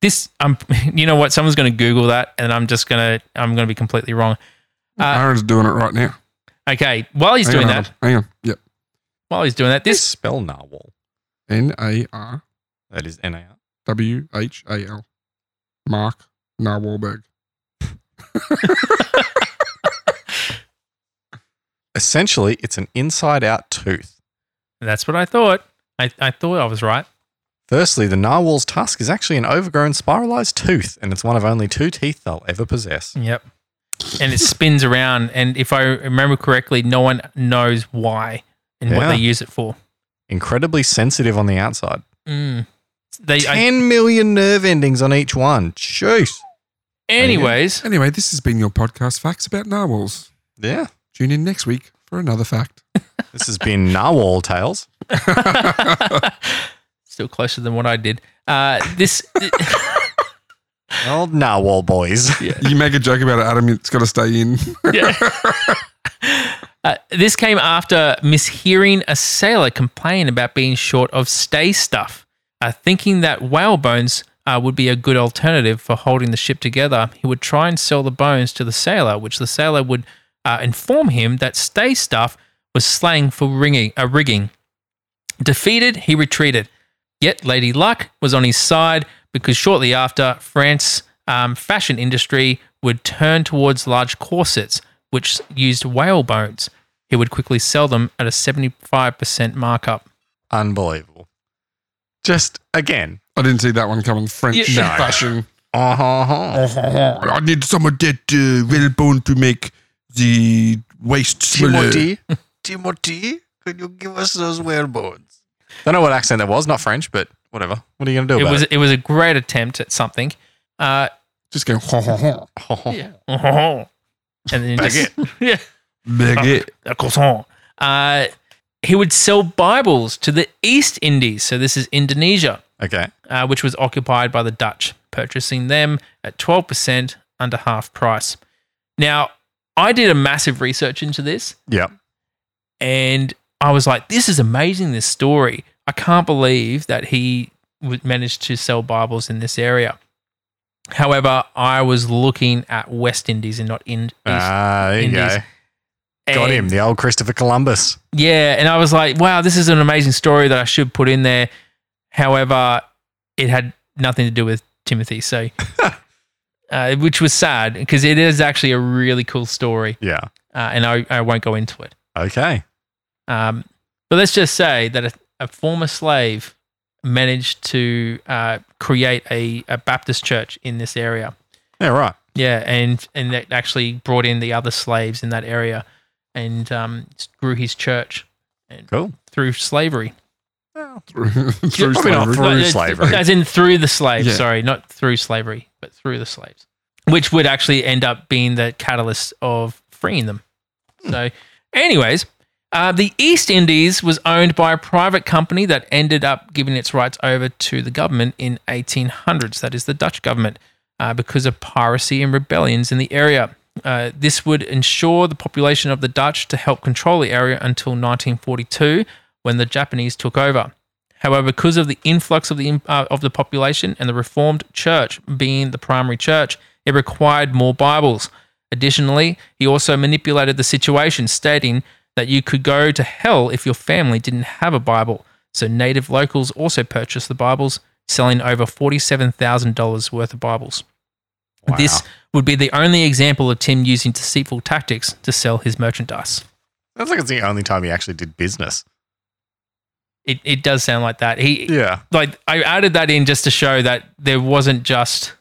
this, um, [laughs] you know what? Someone's going to Google that, and I'm just gonna, I'm gonna be completely wrong. Uh, Aaron's doing it right now. Okay, while he's Hang doing on, that, Adam. Hang on. Yep. while he's doing that, This this spell narwhal. N A R That is N A R. W H A L. Mark Narwhalberg. Essentially, it's an inside out tooth. That's what I thought. I, I thought I was right. Firstly, the narwhal's tusk is actually an overgrown spiralized tooth, and it's one of only two teeth they'll ever possess. Yep. And it spins around. And if I remember correctly, no one knows why and what Yeah. they use it for. Incredibly sensitive on the outside. Mm. They, I, Ten million nerve endings on each one. Jeez. anyways, [laughs] Anyway, this has been your podcast facts about narwhals. Yeah. Tune in next week for another fact. [laughs] This has been Narwhal Tales. still closer than what I did. Uh, this, Old [laughs] Narwhal boys. You make a joke about it, Adam. It's got to stay in. [laughs] Yeah. [laughs] Uh, this came after mishearing a sailor complain about being short of stay stuff, uh, thinking that whale bones uh, would be a good alternative for holding the ship together. He would try and sell the bones to the sailor, which the sailor would uh, inform him that stay stuff was slang for ringing, uh, rigging. Defeated, he retreated. Yet Lady Luck was on his side because shortly after, France's um, fashion industry would turn towards large corsets, which used whale bones. He would quickly sell them at a 75% markup. Unbelievable. Just again. I didn't see that one coming. French Yeah. No. fashion. Uh-huh. I need someone that uh, whalebone to make the waist smaller. Timothy, could you give us those whalebones? Don't know what accent that was, not French, but whatever. What are you gonna do It about was, it was a great attempt at something. Uh, Just go, ha ha ha. it? [laughs] yeah. Uh-huh. And then just, [laughs] yeah. Baguette. [laughs] a croissant. Uh, he would sell Bibles to the East Indies. So this is Indonesia. Okay. uh, which was occupied by the Dutch, purchasing them at 12% under half price. Now, I did a massive research into this Yeah. and I was like, this is amazing, this story. I can't believe that he w- managed to sell Bibles in this area. However, I was looking at West Indies and not in- East. Ah, there you Indies. go. Got And- him, the old Christopher Columbus. yeah, and I was like, wow, this is an amazing story that I should put in there. However, it had nothing to do with Timothy, so uh, which was sad because it is actually a really cool story, Yeah. uh, and I, I won't go into it. Okay. Um, but let's just say that a, a former slave managed to uh, create a, a Baptist church in this area. Yeah, right. Yeah, and and that actually brought in the other slaves in that area, and um, grew his church Cool. through slavery. through, through Probably not slavery. through No, slavery. As in through the slaves, Yeah. sorry, not through slavery, but through the slaves, which would actually end up being the catalyst of freeing them. Hmm. So, anyways, uh, the East Indies was owned by a private company that ended up giving its rights over to the government in 1800s. That is the Dutch government, uh, because of piracy and rebellions in the area. Uh, this would ensure the population of the Dutch to help control the area until 1942, when the Japanese took over. However, because of the influx of the uh, of the population and the Reformed Church being the primary church, it required more Bibles. Additionally, he also manipulated the situation, stating that you could go to hell if your family didn't have a Bible. So native locals also purchased the Bibles, selling over forty-seven thousand dollars worth of Bibles. Wow. This would be the only example of Tim using deceitful tactics to sell his merchandise. Sounds like it's the only time he actually did business. It, it does sound like that. He Yeah. like I added that in just to show that there wasn't just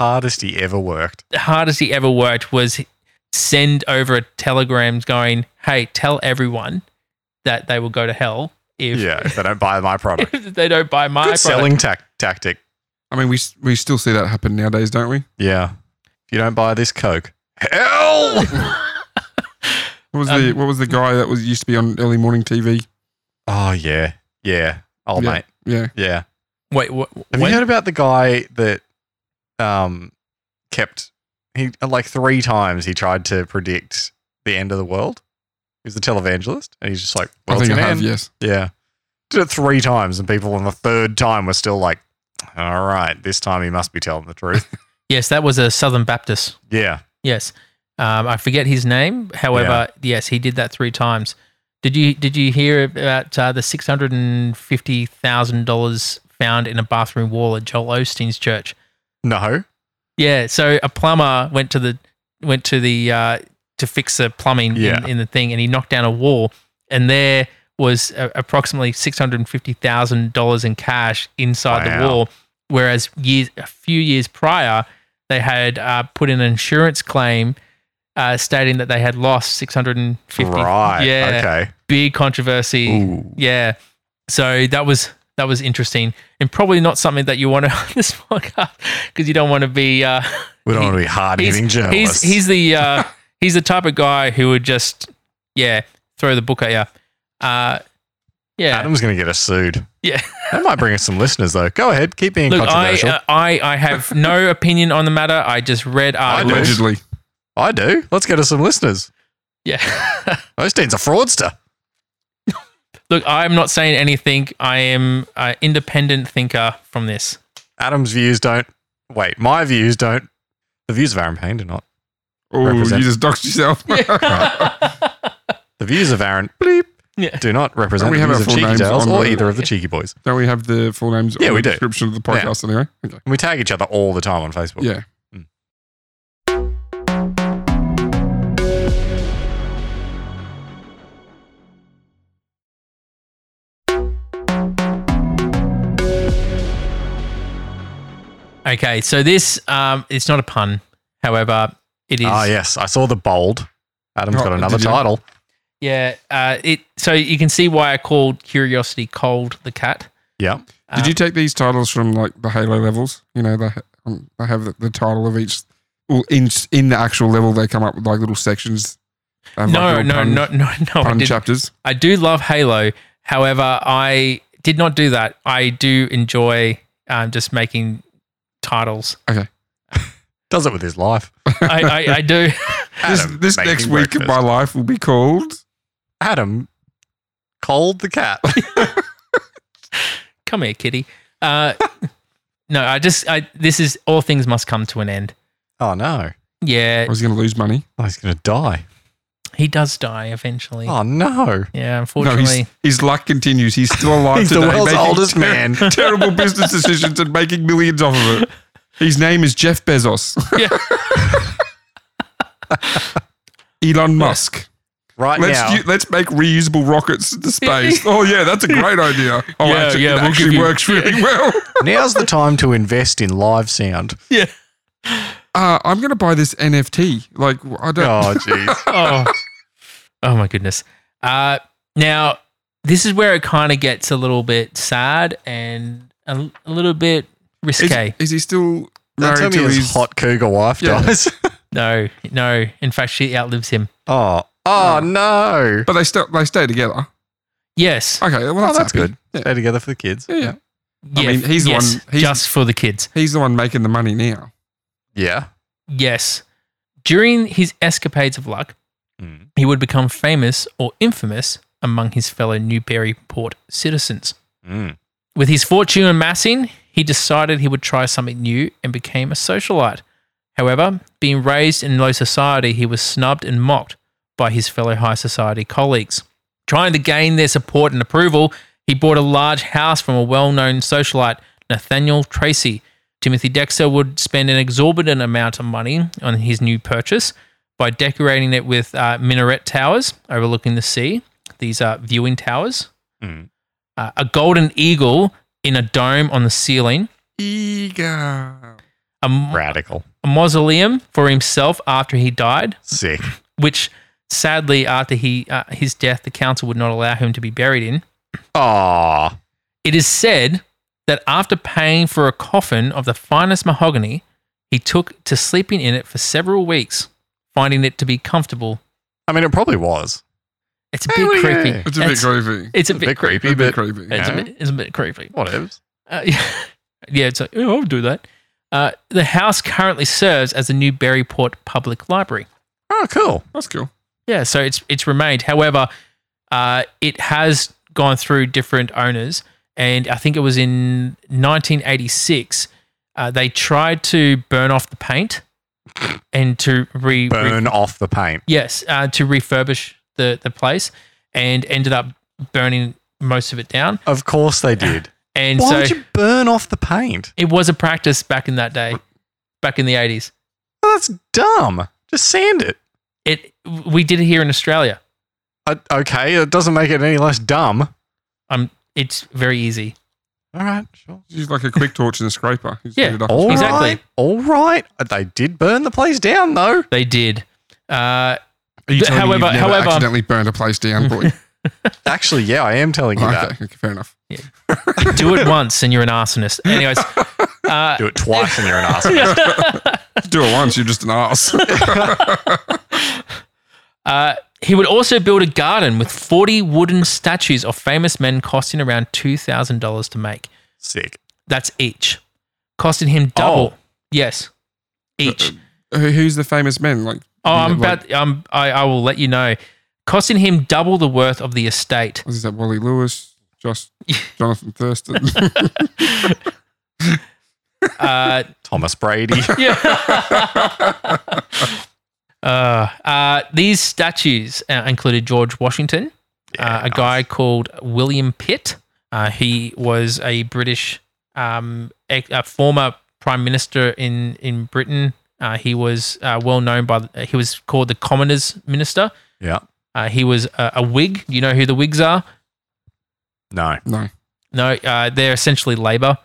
Hardest he ever worked. the hardest he ever worked was send over a telegram going, "Hey, tell everyone that they will go to hell if, Yeah. If they don't buy my product. [laughs] if they don't [laughs] buy my Good product." selling tac tactic. I mean, we we still see that happen nowadays, don't we? Yeah. If you don't buy this Coke, hell. What was the what was the guy that was used to be on early morning TV? oh yeah, yeah. Old Yeah. mate. Yeah, Yeah. Wait, what? Have when- you heard about the guy that um kept he like three times he tried to predict the end of the world? He was the televangelist, and he's just like, I "World's think I gonna have. end." Yes, Yeah. Did it three times, and people on the third time were still like, all right, this time he must be telling the truth. [laughs] yes, that was a Southern Baptist. yeah. Yes, um, I forget his name. However, yes, he did that three times. Did you did you hear about uh, the six hundred and fifty thousand dollars found in a bathroom wall at Joel Osteen's church? No. Yeah, so a plumber went to the went to the uh, to fix the plumbing Yeah. in, in the thing, and he knocked down a wall, and there was uh, approximately six hundred and fifty thousand dollars in cash inside the Wow. wall. Whereas years a few years prior, they had uh, put in an insurance claim uh, stating that they had lost six hundred and fifty. Right. Yeah, Okay. big controversy. Ooh. Yeah. So that was that was interesting, and probably not something that you want to [laughs] on this podcast because you don't want to be. Uh, We don't want to be hard hitting he's journalists. he's [laughs] the uh, he's the type of guy who would just yeah throw the book at you. Uh, yeah, Adam's going to get us sued. yeah. That might bring us some listeners, though. Go ahead. Keep being Look, I, controversial. uh, I I [laughs] have no opinion on the matter. I just read I do. articles. allegedly. I do. Let's get us some listeners. Yeah. [laughs] Osteen's a fraudster. Look, I'm not saying anything. I am an independent thinker from [laughs] this. Adam's views don't. Wait, my views don't. The views of Aaron Payne do not. Oh, Represent- you just doxed [laughs] yourself. The views of Aaron bleep Yeah. do not represent we the have views our of full Cheeky names Tales on or the- either of the Cheeky Boys. Don't we have the full names? Yeah, on we the do. Description of the podcast anyway. Okay. And we tag each other all the time on Facebook. Yeah. Okay, so this um, it's not a pun. However, it is. Ah, yes. I saw the bold. Adam's Oh, got another did you? title. Yeah, uh, it. So you can see why I called Curiosity cold the cat. Yeah. Did Um, you take these titles from like the Halo levels? You know, they, ha- um, they have the, the title of each. Well, in in the actual level, they come up with like little sections. They have, like, No, little no, pun, no, no, [laughs] no. I, pun did, chapters. I do love Halo. However, I did not do that. I do enjoy um, just making titles. Does it with his life. I, I, I do. [laughs] This, Adam this making next week of breakfast. my life will be called. Adam cold the [laughs] cat. Come here, kitty. Uh, [laughs] no, I just. I, this is all things must come to an end. oh no. I Yeah, was going to lose money. Oh, he's gonna die. he does die eventually. Oh no. Yeah, No, unfortunately. [laughs] his, his luck continues. He's still alive He's the today. world's making oldest man. [laughs] terrible business decisions and making millions off of it. His name is Jeff [laughs] Bezos. Yeah. Elon Musk. [laughs] right Let's now. u- let's make reusable rockets into space. oh yeah, that's a great idea. Oh, Yeah, actually, yeah, it we'll actually give you- works really well. [laughs] Now's the time to invest in live [laughs] sound. Yeah. Uh, I'm gonna buy this NFT. Like I don't. Oh, jeez. oh. oh my goodness. Uh, now this is where it kind of gets a little bit sad and a, a little bit is, risque. is he still Don't tell married me to his his hot cougar wife [laughs] Yeah. dies. no, no. In fact, she outlives him. Oh, oh no. But they still they stay together. Yes. Okay, well Oh, that's, that's happy. good. Stay together for the kids. Yeah, yeah. Yeah, mean, he's the yes, one- he's- just for the kids. He's the one making the money now. Yeah. Yes. During his escapades of luck, Mm. he would become famous or infamous among his fellow Newburyport citizens. Mm. With his fortune amassing, he decided he would try something new and became a socialite. However, being raised in low society, he was snubbed and mocked by his fellow high society colleagues. Trying to gain their support and approval, he bought a large house from a well known socialite, Nathaniel Tracy. Timothy Dexter would spend an exorbitant amount of money on his new purchase by decorating it with uh, minaret towers overlooking the sea. These are viewing towers Mm. uh, a golden eagle in a dome on the ceiling, Ego. a, m- Radical. a mausoleum for himself after he died, Sick. which sadly, after he uh, his death, the council would not allow him to be buried in. [laughs] Aw. It is said that after paying for a coffin of the finest mahogany, he took to sleeping in it for several weeks, finding it to be comfortable. I mean, it probably was. It's a Hey, bit we- creepy. It's a bit creepy. It's a bit, creepy. It's a bit creepy. It's, a Yeah. bit, it's a bit creepy. Whatever. Uh, [laughs] yeah, yeah, it's like, oh, I'll do that. Uh, the house currently serves as the new Berryport Public Library. Oh, cool. That's cool. Yeah, so it's it's remained. However, uh, it has gone through different owners, and I think it was in 1986 uh, they tried to burn off the paint and to re, re- Burn off the paint. yes uh, to refurbish the the place, and ended up burning most of it down. Of course they did. And Why so would you burn off the paint? it was a practice back in that day, back in the 80s. Well, that's dumb. Just sand it. It we did it here in Australia. Uh, okay, it doesn't make it any less dumb. Um, it's very easy. All right, sure. She's like a quick torch and a scraper. You just Yeah. get it up. All right, Exactly. all right. Uh, They did burn the place down, though. They did. Uh, Are you Th- telling however- me you've never however- accidentally burned a place down, boy? Actually, yeah, I am telling you that. okay, okay, fair enough. do it once and you're an arsonist. Anyways, uh, Do it twice and you're [laughs] an asshole. Do it once, you're just an ass. uh, he would also build a garden with 40 wooden statues of famous men costing around $2,000 to make. Sick. That's each. Costing him double. Yes. Uh, Each. Who- Who's the famous men? Like, Oh, I'm like- about, um, I, I will let you know. Costing him double the worth of the estate. What is that? Wally Lewis, Josh, Jonathan Thurston. [laughs] Uh, [laughs] Thomas Brady. [laughs] yeah. [laughs] uh, uh, these statues uh, included George Washington, Yeah, uh, a guy called William Pitt. Uh, he was a British, um, ex- a former prime minister in in Britain. Uh, he was uh, well known by. The, he was called the Commoners Minister. Yeah. Uh, he was a, a Whig. You know who the Whigs are? No. no. No, uh, they're essentially Labour.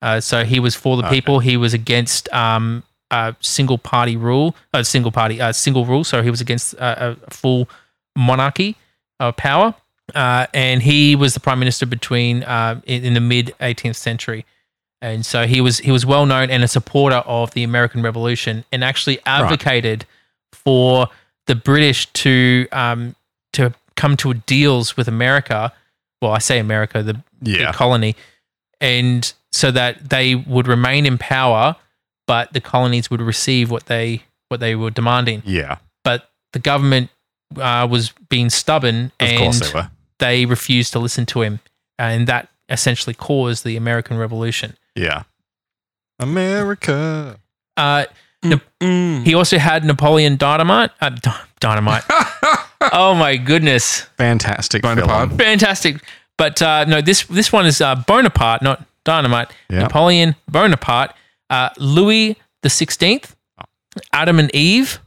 Uh, so he was for the Okay. people. He was against um, uh, single party rule, uh, single party, uh, single rule. So he was against uh, a full monarchy of power. Uh, and he was the prime minister between uh, in, in the mid 18th century. And so he was he was well known and a supporter of the American Revolution, and actually advocated for the British to um, to come to deals with America. Well, I say America, the Yeah. the colony, and so that they would remain in power, but the colonies would receive what they what they were demanding. Yeah. But the government uh, was being stubborn, Of and course they were. they refused to listen to him, and that essentially caused the American Revolution. Yeah. America. Uh, he also had Napoleon Dynamite. Uh, Dy- [laughs] dynamite. oh my goodness, Fantastic Bonaparte. film. fantastic! But uh, no, this this one is uh, Bonaparte, not Dynamite. Yeah. Napoleon Bonaparte, uh, Louis the Sixteenth, Adam and Eve,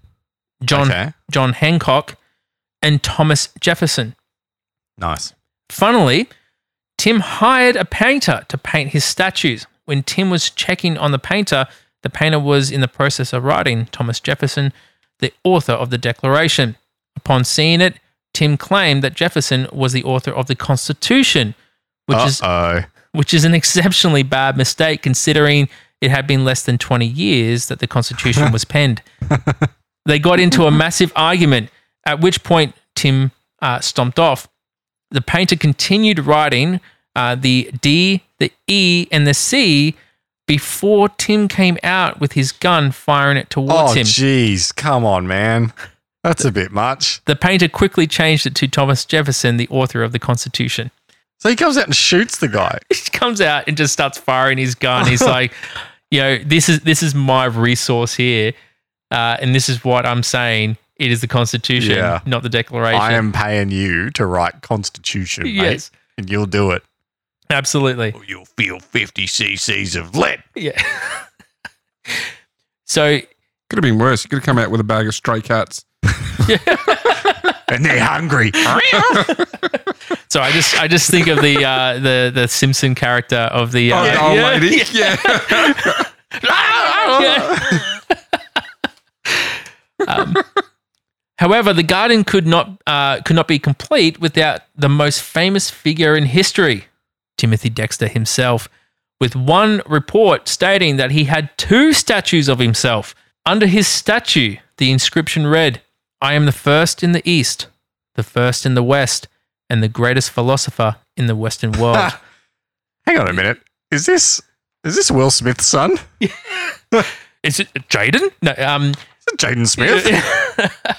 John Okay. John Hancock, and Thomas Jefferson. Nice. Funnily, Tim hired a painter to paint his statues. When Tim was checking on the painter, the painter was in the process of writing Thomas Jefferson, the author of the Declaration. Upon seeing it, Tim claimed that Jefferson was the author of the Constitution, which is oh. which is an exceptionally bad mistake considering it had been less than 20 years that the Constitution was penned. they got into a massive argument, at which point Tim uh, stomped off. The painter continued writing uh, the D, the E, and the C before Tim came out with his gun firing it towards Oh, him. jeez. Come on, man. That's a bit much. the painter quickly changed it to Thomas Jefferson, the author of the Constitution. So he comes out and shoots the guy. he comes out and just starts firing his gun. [laughs] He's like, you know, this is this is my resource here, uh, and this is what I'm saying. It is the Constitution, Yeah. not the Declaration. I am paying you to write Constitution, mate, yes, and you'll do it. absolutely. Or Oh, you'll feel 50 cc's of lead. Yeah. [laughs] so, Could have been worse. You could have come out with a bag of stray cats. And they're hungry. so I just I just think of the uh, the the Simpson character of the uh, Oh, the [laughs] old Yeah. lady. Yeah. [laughs] Um, however, the garden could not uh, could not be complete without the most famous figure in history, Timothy Dexter himself, with one report stating that he had two statues of himself. Under his statue, the inscription read, "I am the first in the East, the first in the West, and the greatest philosopher in the Western world." Hang on a minute. Is this is this Will Smith's son? Is Is it Jaden? No, um, it Jaden Smith?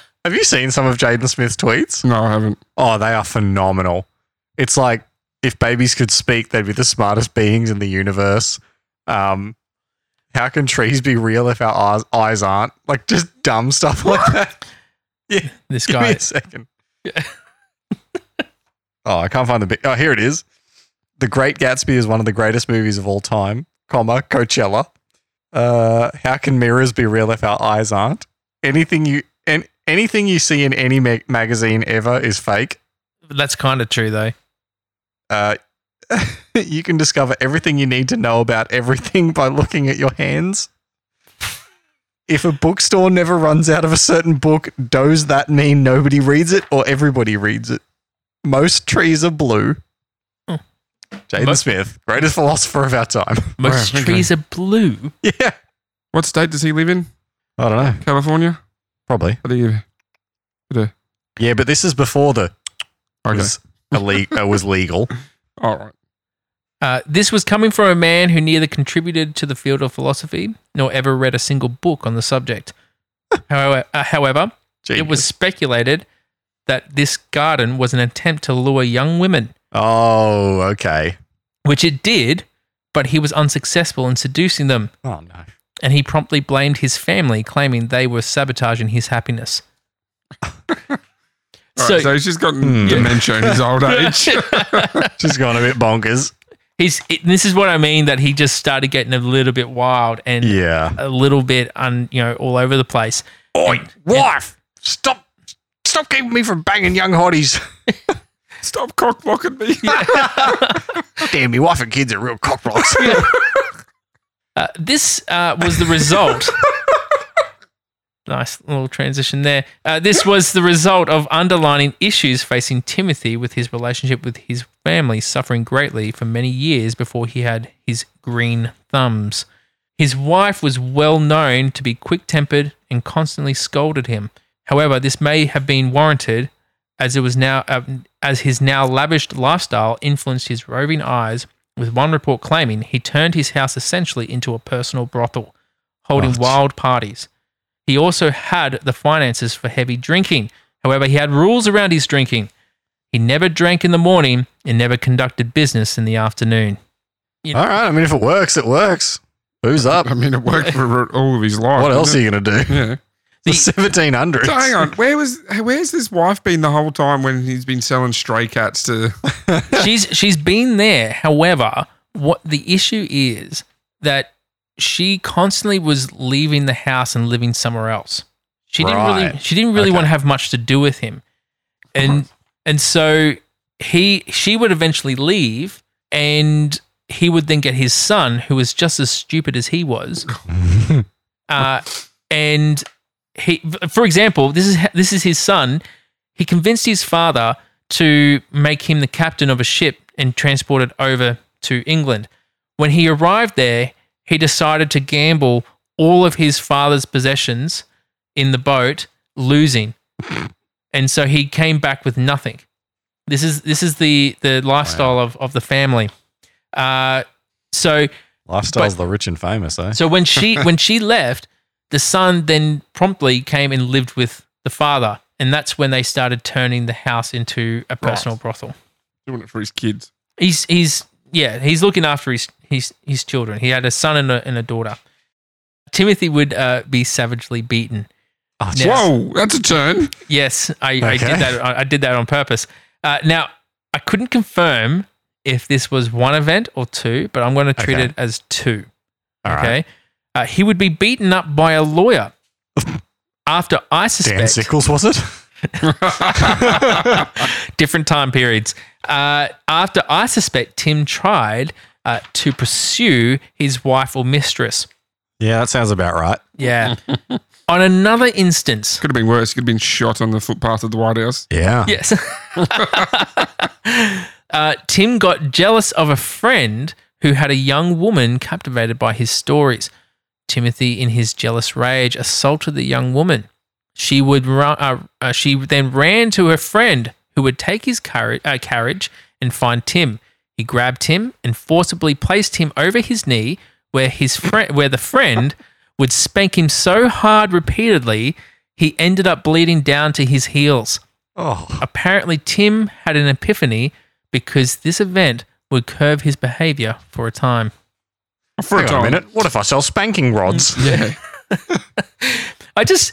[laughs] Have you seen some of Jaden Smith's tweets? [laughs] No, I haven't. Oh, they are phenomenal. It's like if babies could speak, they'd be the smartest beings in the universe. Um, how can trees be real if our eyes, eyes aren't? Like just dumb stuff [laughs] like that. [laughs] this [laughs] Give me guy. a second. [laughs] oh, I can't find the. bi- Oh, here it is. The Great Gatsby is one of the greatest movies of all time. Comma Coachella. Uh, how can mirrors be real if our eyes aren't? Anything you and anything you see in any ma- magazine ever is fake. That's kind of true, though. Uh, [laughs] you can discover everything you need to know about everything by looking at your hands. If a bookstore never runs out of a certain book, does that mean nobody reads it or everybody reads it? Most trees are blue. Oh. Jaden Mo- Smith, greatest philosopher of our time. [laughs] Most Right, okay. trees are blue. yeah. What state does he live in? I don't know. California? Probably. What do you? What do- Yeah, but this is before the Okay. was, ille- uh, was legal. All right. Uh, this was coming from a man who neither contributed to the field of philosophy nor ever read a single book on the [laughs] subject. however, uh, however it was Genius. speculated that this garden was an attempt to lure young women, Oh, okay. which it did, but he was unsuccessful in seducing them, Oh no. and he promptly blamed his family, claiming they were sabotaging his [laughs] happiness. All right, [laughs] so, he's just gotten Hmm. dementia in his old age. She's gone a bit bonkers. he's it, this is what I mean that he just started getting a little bit wild and Yeah. a little bit un you know all over the place. Oi, wife, stop stop keeping me from banging young hotties. [laughs] Stop cockblocking me. Damn, me wife and kids are real cockblocks. [laughs] Uh, this uh, was the result. nice little transition there. Uh, this was the result of underlining issues facing Timothy with his relationship with his family, suffering greatly for many years before he had his green thumbs. His wife was well known to be quick tempered and constantly scolded him. However, this may have been warranted as it was now uh, as his now lavished lifestyle influenced his roving eyes with one report claiming he turned his house essentially into a personal brothel, holding What? wild parties. He also had the finances for heavy drinking. However, he had rules around his drinking. He never drank in the morning and never conducted business in the afternoon. All right, I mean, if it works, it works. Who's up? I mean, it [laughs] worked for all of his life. What else are didn't you going to it? do? Yeah. The [laughs] The- 1700s. So hang on, where was where's his wife been the whole time when he's been selling stray cats to? [laughs] [laughs] she's she's been there. However, what the issue is that she constantly was leaving the house and living somewhere else. She didn't really Right. she didn't really Okay. want to have much to do with him. and and so he she would eventually leave, and he would then get his son, who was just as stupid as he [laughs] was. uh, and he, for example, this is this is his son. He convinced his father to make him the captain of a ship and transport it over to England. When he arrived there, he decided to gamble all of his father's possessions in the boat, losing. And so he came back with nothing. This is this is the the lifestyle of, of the family. Uh, so Lifestyle's the rich and famous, [laughs] eh? so when she when she left, the son then promptly came and lived with the father, and that's when they started turning the house into a personal brothel. Doing it for his kids. He's he's yeah he's looking after his his his children. He had a son and a, and a daughter. Timothy would uh, be savagely beaten. Oh, Now- Whoa, that's a turn. Yes, I, I Okay. did that. I, I did that on purpose. Uh, now I couldn't confirm if this was one event or two, but I'm going to treat Okay. it as two. All right. Okay. Uh, he would be beaten up by a [laughs] lawyer after I Dan suspect Sickles, was it? [laughs] [laughs] different time periods. Uh, after I suspect Tim tried uh, to pursue his wife or mistress. Yeah, that sounds about right. [laughs] Yeah. On another instance. Could have been worse. Could have been shot on the footpath of the White House. Yeah. [laughs] Yes. uh, Tim got jealous of a friend who had a young woman captivated by his stories. Timothy, in his jealous rage, assaulted the young woman. She would run, uh, uh, she then ran to her friend, who would take his carri- uh, carriage and find Tim. He grabbed Tim and forcibly placed him over his knee, where his friend, where the friend would spank him so hard repeatedly, he ended up bleeding down to his heels Oh, apparently Tim had an epiphany because this event would curb his behavior for a time. For hang on a minute. What if I sell spanking rods? Yeah. [laughs] I just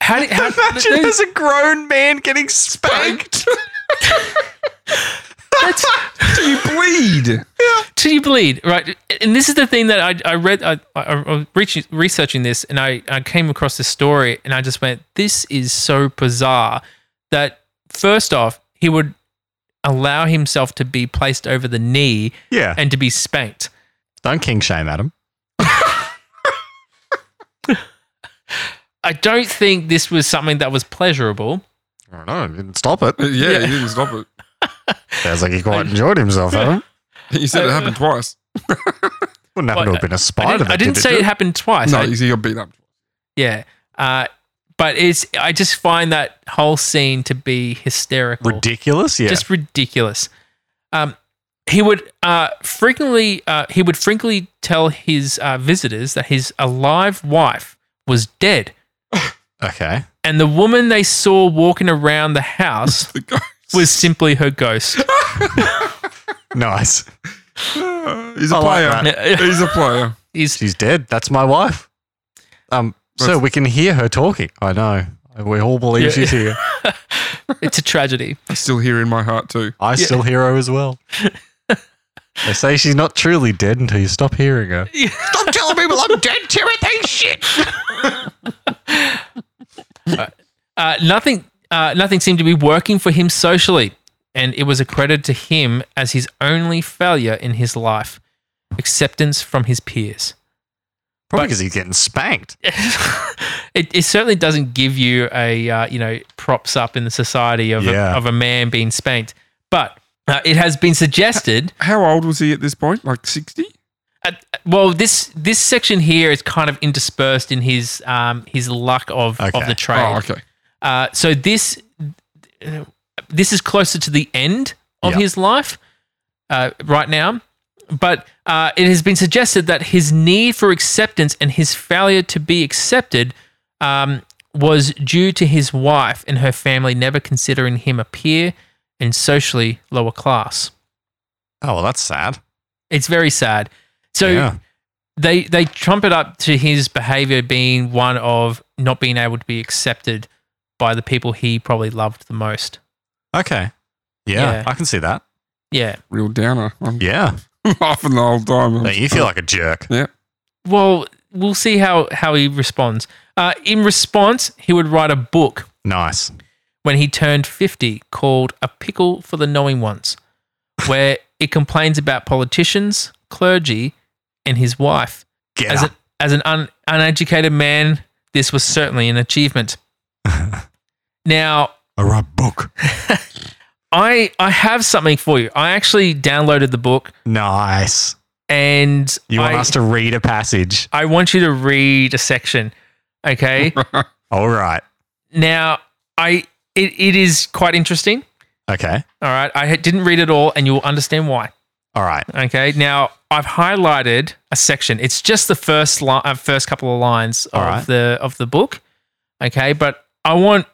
how did how, [laughs] [laughs] Imagine there's a grown man getting spanked. that's, Do you bleed? till you bleed, right? And this is the thing that I, I read. I, I, I was reach- researching this, and I, I came across this story, and I just went, "This is so bizarre." That first off, he would allow himself to be placed over the knee [laughs] yeah. and to be spanked. Don't king shame, Adam. I don't think this was something that was pleasurable. I don't know. Stop it. Yeah, you didn't stop it. Sounds like he quite enjoyed himself, Adam. You said it happened twice. Wouldn't happen Well, to have been a I spider. didn't, I didn't say it happened twice. No, I- you see, you're beat up. [laughs] Yeah. Uh, but it's I just find that whole scene to be hysterical. ridiculous. Yeah. Just ridiculous. Um, he would uh, frequently uh, he would frequently tell his uh, visitors that his alive wife was dead, okay. and the woman they saw walking around the [laughs] house The ghost. was simply her [laughs] ghost. Nice. He's a I like player. that. [laughs] [laughs] He's a player. Is She's dead. That's my wife. Um, so That's- we can hear her talking. I know. We all believe Yeah. [laughs] she's here. it's a tragedy. I still hear in my heart too. I still hear her [laughs] as well. they say she's not truly dead until you stop hearing her. Stop telling people I'm dead, Timothy. Shit. Uh, nothing, uh, nothing seemed to be working for him socially, and it was accredited to him as his only failure in his life acceptance from his peers. Probably because he's getting spanked. it, it certainly doesn't give you a uh, you know props up in the society of, Yeah. a, of a man being spanked, but uh, it has been suggested. How old was he at this point? Like 60? At, well, this this section here is kind of interspersed in his um, his luck of, Okay. of the trade. Oh, okay. Uh, so this this is closer to the end of Yep. his life uh, right now, but uh, it has been suggested that his need for acceptance and his failure to be accepted um, was due to his wife and her family never considering him a peer and socially lower class. Oh well, that's sad. It's very sad. So yeah. they they trump it up to his behavior being one of not being able to be accepted by the people he probably loved the most. Okay. Yeah, Yeah. I can see that. Yeah. Real downer. I'm [laughs] Yeah. laughing the whole time. I'm- Don't you feel like a jerk. Well, we'll see how how he responds. Uh, in response, he would write a book Nice. when he turned 50 called A Pickle for the Knowing Ones, where it complains about politicians, clergy, and his wife. Get As, up. a, as an un, uneducated man, this was certainly an achievement. now, I write book. I, I have something for you. I actually downloaded the book Nice. and You want I, us to read a passage? I want you to read a section. Okay. All right. now, I it, it is quite interesting. Okay. All right. I had- didn't read it all, and you'll understand why. All right. Okay. Now, I've highlighted a section. It's just the first li- uh, first couple of lines of All right. the of the book. Okay, but I want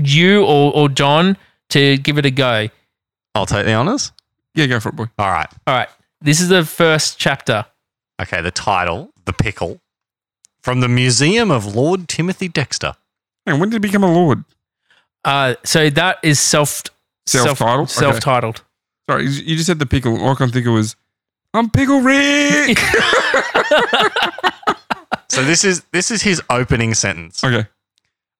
you or, or John to give it a go. I'll take the honors. yeah, go for it, boy. All right. All right. This is the first chapter. Okay. The title The Pickle from the Museum of Lord Timothy Dexter. And when did he become a lord? Uh, so that is self Self-titled? Okay. Self titled. Sorry, you you just said the pickle. All I can think of was, I'm Pickle Rick. [laughs] So this is this is his opening sentence. okay.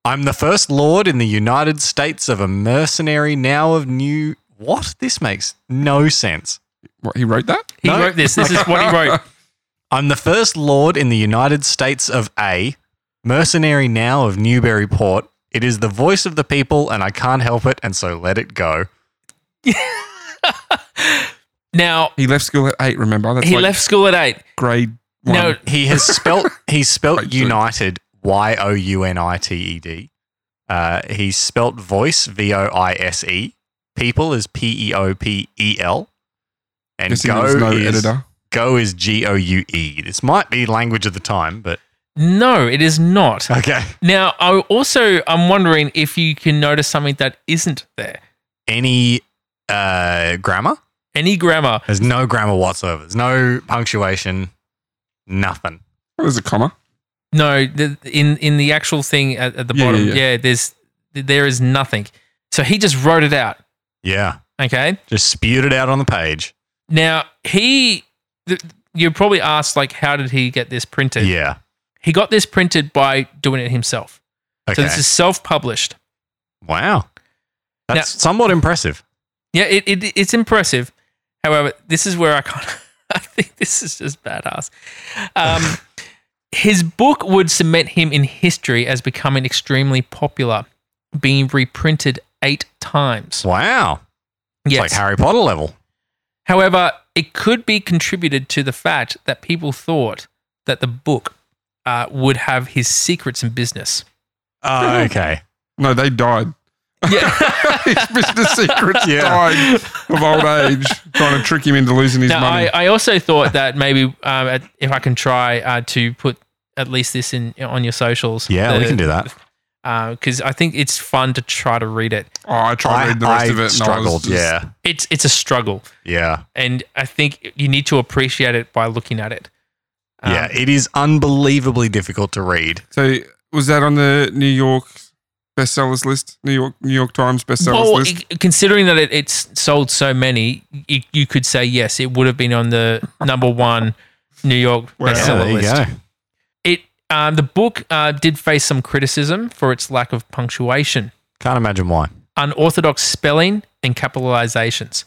I'm the first lord in the United States of a mercenary now of new what? This makes no sense. What, he wrote that? He No. wrote this. This is what [laughs] he wrote. I'm the first lord in the United States of A, mercenary now of Newburyport. It is the voice of the people, and I can't help it, and so let it go. Now He left school at eight, remember? That's he like left school at eight. grade one. No, He [laughs] has spelt he's Right, spelt so- united Y O U N I T E D. Uh, he's spelt voice V O I S E. People is P E O P E L. And Guessing there go was no is editor. Go is G O U E. This might be language of the time, but no, it is not. okay. Now, I also I'm wondering if you can notice something that isn't there. Any uh, grammar? Any grammar? There's no grammar whatsoever. There's no punctuation. Nothing. Oh, there's a comma. No, the, in in the actual thing at, at the Yeah, bottom. yeah, Yeah, yeah. there's there is nothing. So he just wrote it out. Yeah, Okay. just spewed it out on the page. Now he, th- you're probably asked like, how did he get this printed? Yeah. He got this printed by doing it himself. Okay. So this is self-published. wow. That's Now- somewhat impressive. Yeah, it, it it's impressive. However, this is where I can't. [laughs] I think this is just badass. Um, [laughs] his book would cement him in history as becoming extremely popular, being reprinted eight times. Wow. It's Yes. like Harry Potter level. However, it could be contributed to the fact that people thought that the book uh, would have his secrets in [laughs] business. Oh, [laughs] okay. No, they died. [laughs] Yeah. His business secrets Yeah. died of old age, trying to trick him into losing his now, money. I, I also thought that maybe um, at- if I can try uh, to put at least this in on your socials. Yeah, we can do that. because I think it's fun to try to read it. oh, I tried to I, read the rest I of it. and I was struggled. just- yeah. It's it's a struggle, Yeah. and I think you need to appreciate it by looking at it. Um, yeah. It is unbelievably difficult to read. So was that on the New York bestsellers list? New York New York Times bestsellers well, list? i- considering that it, it's sold so many, you, you could say yes, it would have been on the number one New York Wow. Yeah, bestseller there you list. go. It um, the book uh, did face some criticism for its lack of punctuation. Can't imagine why. unorthodox spelling and capitalizations.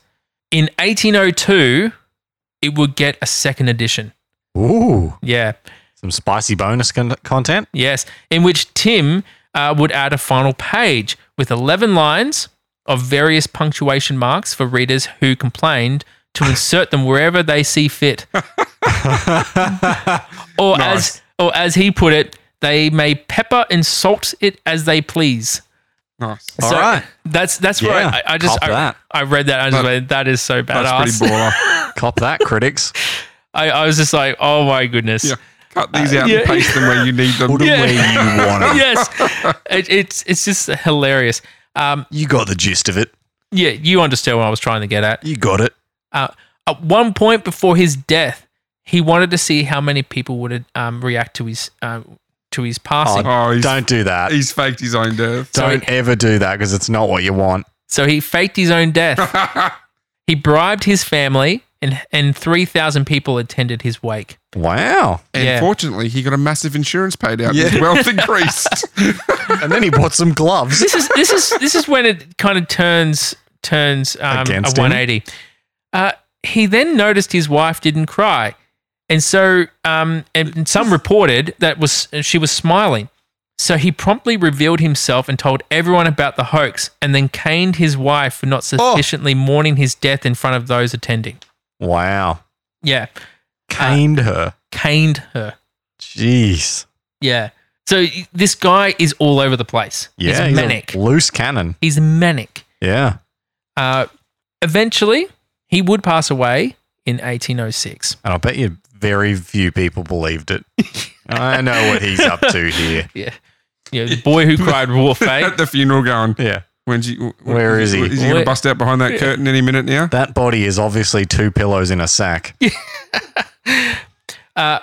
In 1802, it would get a second edition. Ooh. Yeah, Some spicy bonus con- content. yes, in which Tim uh, would add a final page with 11 lines of various punctuation marks for readers who complained to insert them wherever they see [laughs] fit. or as or as he put it, they may pepper and salt it as they please. nice. All So- right. That's that's Yeah, where I, I just cop I, that. I read that. I was That- like, that is so badass. That's pretty baller. Cop that, critics. I, I was just like, oh my goodness. Yeah. Cut these out yeah. and paste them where you need them. Put 'em Yeah. where you want [laughs] 'em. yes. It, it's it's just hilarious. Um, You got the gist of it. yeah, you understand what I was trying to get at. You got it. Uh, at one point before his death, he wanted to see how many people would um, react to his um, to his passing. Oh, he's, Don't do that. he's faked his own death. Don't ever do that because it's not what you want. So he faked his own death. he bribed his family, and and three thousand people attended his wake. Wow. And Yeah. fortunately, he got a massive insurance payout. Yeah. Yeah. His wealth increased. [laughs] And then he bought some gloves. this is this is this is when it kind of turns turns um, a Against him? 180. Uh, he then noticed his wife didn't cry, and so um, and and some reported that was uh, she was smiling. So he promptly revealed himself and told everyone about the hoax, and then caned his wife for not Oh. sufficiently mourning his death in front of those attending. Wow. Yeah, Caned her. caned her. Jeez. Yeah. So y- this guy is all over the place. Yeah. he's he's a manic. loose cannon. he's manic. Yeah. Uh, eventually, he would pass away in 1806. And I bet you very few people believed [laughs] it. I know what he's up to here. You know, the boy who cried wolf, eh? At the funeral, going, Yeah. when's he, Where is he? Is he going Where- to bust out behind that curtain any minute now? That body is obviously two pillows in a sack. Uh,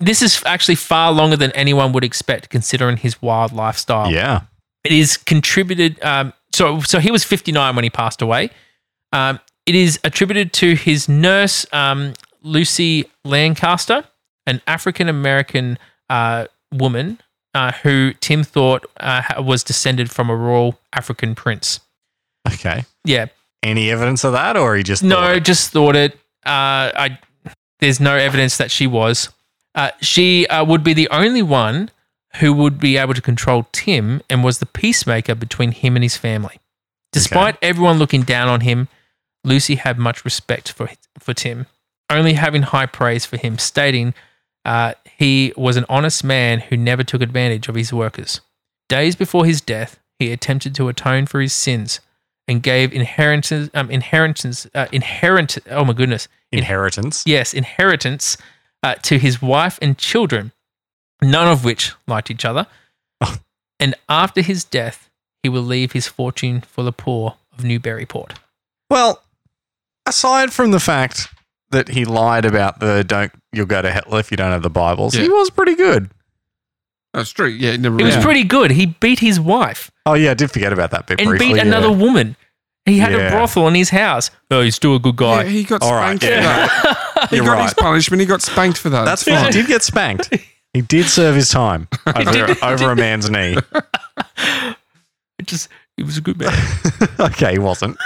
This is actually far longer than anyone would expect, considering his wild lifestyle. Yeah. It is contributed. Um, so, so he was 59 when he passed away. Um, it is attributed to his nurse, um, Lucy Lancaster, an African American uh, woman uh, who Tim thought uh, ha- was descended from a royal African prince. Okay. Yeah. Any evidence of that, or he just No, thought it? just thought it. Uh, I there's no evidence that she was. Uh, she uh, would be the only one who would be able to control Tim and was the peacemaker between him and his family. Despite everyone looking down on him, Lucy had much respect for for Tim, only having high praise for him, stating uh, he was an honest man who never took advantage of his workers. Days before his death, he attempted to atone for his sins and gave inheritance, um, inheritance, uh, inherent. Oh my goodness, inheritance? yes, inheritance uh, to his wife and children, none of which liked each [laughs] other. and after his death, he will leave his fortune for the poor of Newburyport. Well, aside from the fact that he lied about the don't you'll go to hell if you don't have the Bibles, he Yeah. was pretty good. That's true. Yeah, he never It was really- pretty good. He beat his wife Oh yeah, I did forget about that bit and briefly. beat yeah. another woman. He had Yeah. a brothel in his house. Oh, he's still a good Yeah, guy. he got All right, [laughs] spanked yeah. for [laughs] that. he You're got right. his punishment. He got spanked for that. That's fine. He did get spanked. He did serve his time over, over a man's knee. It just, he was a good man. [laughs] okay, he wasn't.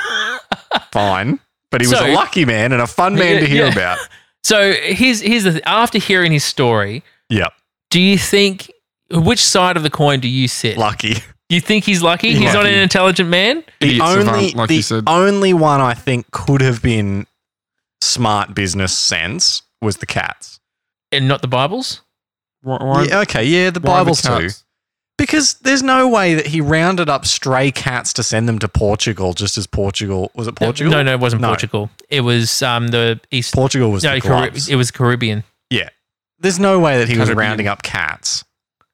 Fine. But he was So- a lucky man and a fun man Yeah, to hear yeah. about. so here's here's the th- after hearing his story, Yep. do you think which side of the coin do you sit? Lucky. Do you think he's lucky? He's not Lucky. an intelligent man. The Idiot only savant, like you the said. only one I think could have been smart business sense was the cats. and not the Bibles. Why, why, Yeah, okay, yeah, the why the Bibles too. cats? Because there's no way that he rounded up stray cats to send them to Portugal just as Portugal was it Portugal? No, no, it wasn't No. Portugal. It was um the East. Portugal was no, the Carib- gloves. it was Caribbean. There's no way that he was Caribbean. rounding up cats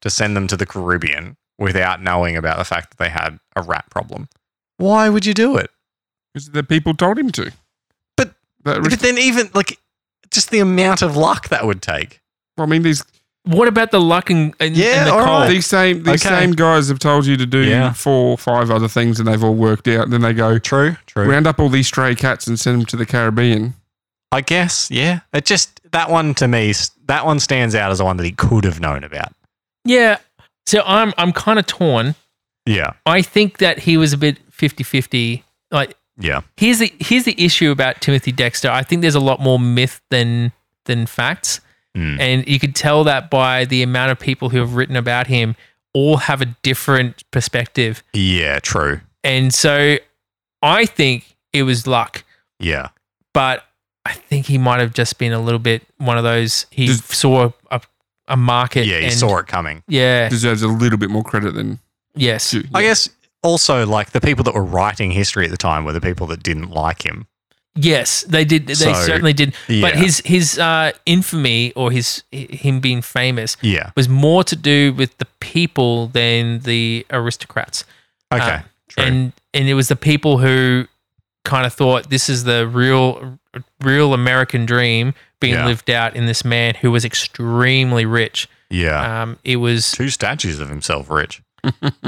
to send them to the Caribbean without knowing about the fact that they had a rat problem. Why would you do it? 'Cause the people told him to. But- that was, But then even like just the amount of luck that would take. I mean, these What about the luck and, and, Yeah, and the all coal? right. these same these Okay. same guys have told you to do Yeah. four or five other things, and they've all worked out. And then they go True, true. round up all these stray cats and send them to the Caribbean. I guess, yeah. It just that one to me, s- that one stands out as the one that he could have known about. Yeah. So I'm I'm kind of torn. Yeah, I think that he was a bit 50-50. Like yeah, here's the here's the issue about Timothy Dexter. I think there's a lot more myth than than facts. Mm. And you could tell that by the amount of people who have written about him all have a different perspective. yeah. True. And so I think it was luck. Yeah, but I think he might have just been a little bit one of those. He Does- saw a, a market. yeah. He and- saw it coming. Yeah. Deserves a little bit more credit than Yes. you. I guess also like the people that were writing history at the time were the people that didn't like him. Yes. They did. They So, certainly did. Yeah, But his his uh, infamy or his him being famous yeah. was more to do with the people than the aristocrats. Okay, Uh, true. and and it was the people who kind of thought this is the real real American dream being Yeah. lived out in this man who was extremely rich. yeah, Um, it was two statues of himself rich.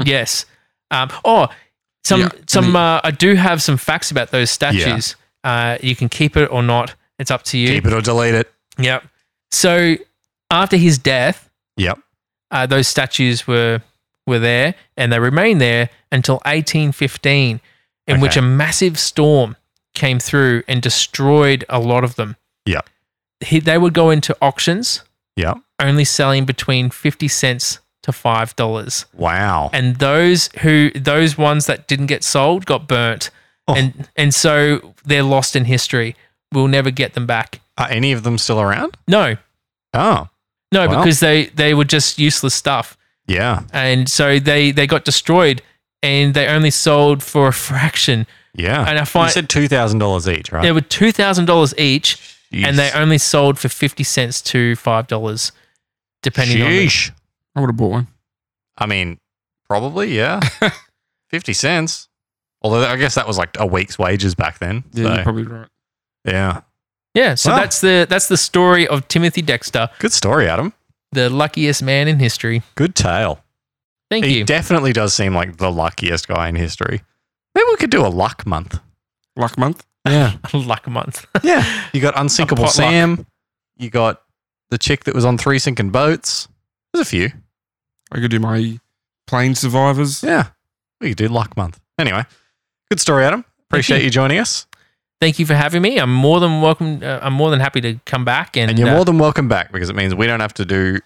yes. Um, oh, some Yeah. some uh, I do have some facts about those statues. Uh, you can keep it or not. It's up to you. Keep it or delete it. Yep. So after his death, Yep. uh, those statues were were there and they remained there until 1815, in which Okay. a massive storm came through and destroyed a lot of them. Yeah. He, they would go into auctions, Yep. only selling between 50 cents to $5. Wow. And those who those ones that didn't get sold got burnt. Oh. And and so they're lost in history. We'll never get them back. Are any of them still around? No, Oh, No, Wow. because they they were just useless stuff, yeah. and so they they got destroyed, and they only sold for a fraction. Yeah. And I Ah, you find said $2,000 each, they right? were two thousand dollars each, and they Jeez. only sold for fifty cents to five dollars, depending on. the- Sheesh. I would have bought one. I mean, [laughs] probably, yeah. 50 cents. Although I guess that was like a week's wages back then. Yeah, so, you're probably right. yeah. Yeah, so Wow. that's the that's the story of Timothy Dexter, Good story, Adam. the luckiest man in history. Good tale. Thank he you. definitely does seem like the luckiest guy in history. Maybe we could do a luck month. Luck month. Yeah. [laughs] Luck month. yeah. [laughs] You got A Unsinkable potluck. Sam. You got the chick that was on Three Sinking Boats. There's a few. I could do my plane survivors. Yeah. We could do luck month. Anyway, good story, Adam. Appreciate you. you joining us. Thank you for having me. I'm more than welcome. Uh, I'm more than happy to come back and And you're uh, more than welcome back because it means we don't have to [laughs] do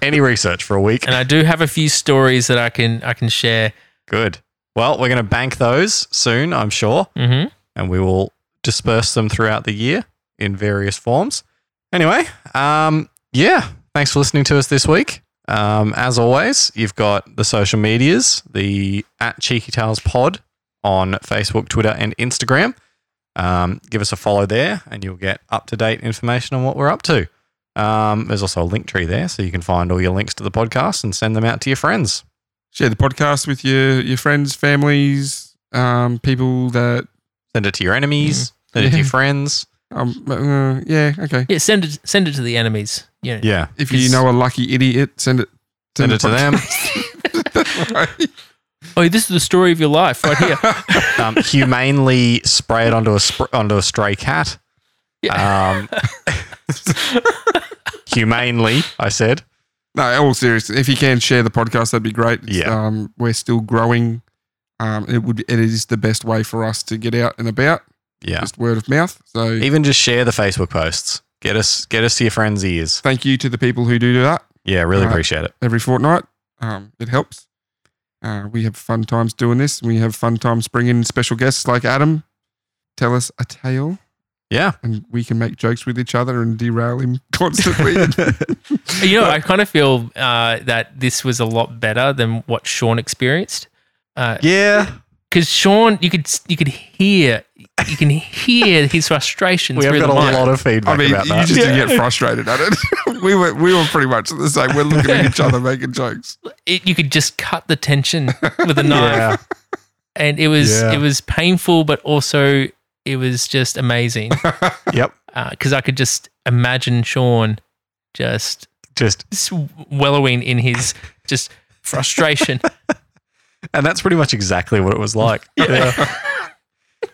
any research for a week. uh, and I do have a few stories that I can I can share. Good. Well, we're going to bank those soon, I'm sure, hmm and we will disperse them throughout the year in various forms. Anyway, um, yeah, thanks for listening to us this week. Um, as always, you've got the social medias, the at Cheeky Tales Pod on Facebook, Twitter, and Instagram. Um, give us a follow there, and you'll get up to date information on what we're up to. Um, there's also a link tree there, so you can find all your links to the podcast and send them out to your friends. Share the podcast with your your friends, families, um, people that Send it to your enemies. Send it to your friends. um, uh, yeah, okay. Yeah, send it send it to the enemies. Yeah. Yeah. If you Yes. know a lucky idiot, send it. Send it to them. them. Oh, this is the story of your life right [laughs] here. Um, humanely spray it onto a sp- onto a stray cat. Um, humanely, I said. [laughs] No, in all seriously. If you can share the podcast, that'd be great. It's, Yeah. um, we're still growing. Um, it would. It is the best way for us to get out and about. Yeah. Just word of mouth. So Even just share the Facebook posts. Get us get us to your friends' ears. thank you to the people who do do that Yeah, really Right. appreciate it. every fortnight. Um, it helps. Uh, we have fun times doing this. We have fun times bringing in special guests like Adam. Tell us a tale, Yeah. and we can make jokes with each other and derail him [laughs] [laughs] constantly. you know, I kind of feel uh, that this was a lot better than what Sean experienced. Because Yeah. Sean, you could you could hear you can [laughs] hear his frustrations. We have through got a the mic. lot of I feedback mean, you about that. just didn't get frustrated at it. [laughs] we were we were pretty much the same. We're looking at each other making jokes. It, you could just cut the tension with a knife, [laughs] yeah. and it was Yeah. it was painful, but also it was just amazing yep. because Uh, I could just imagine Sean just Just s- wallowing in his just frustration. and that's pretty much exactly what it was [laughs] like.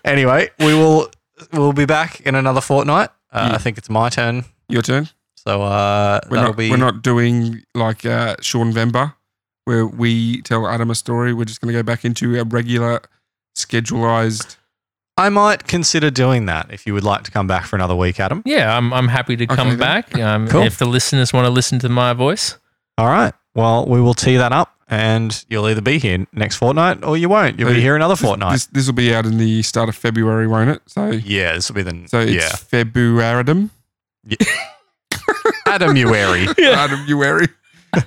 anyway, we will we'll be back in another fortnight. Uh, Yeah. I think it's my turn. Your turn. So uh, We're that'll not, be we're not doing like uh, Sean Vember, where we tell Adam a story. We're just going to go back into our regular, schedulized. I might consider doing that if you would like to come back for another week, Adam. Yeah, I'm, I'm happy to come then. back. Um, Cool. If the listeners want to listen to my voice, All right. Well, we will tee that up, and you'll either be here next fortnight or you won't. You'll be Hey, here another fortnight. This this will be out in the start of February, won't it? So yeah, this will be the so it's yeah Februaridum. Adamuary. [laughs] Adam Uary.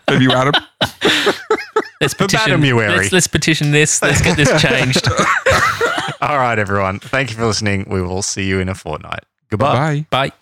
February Adam. let's petition. Badamuary. Let's, let's petition this. Let's get this changed. All right, everyone. Thank you for listening. We will see you in a fortnight. Goodbye. Bye. Bye.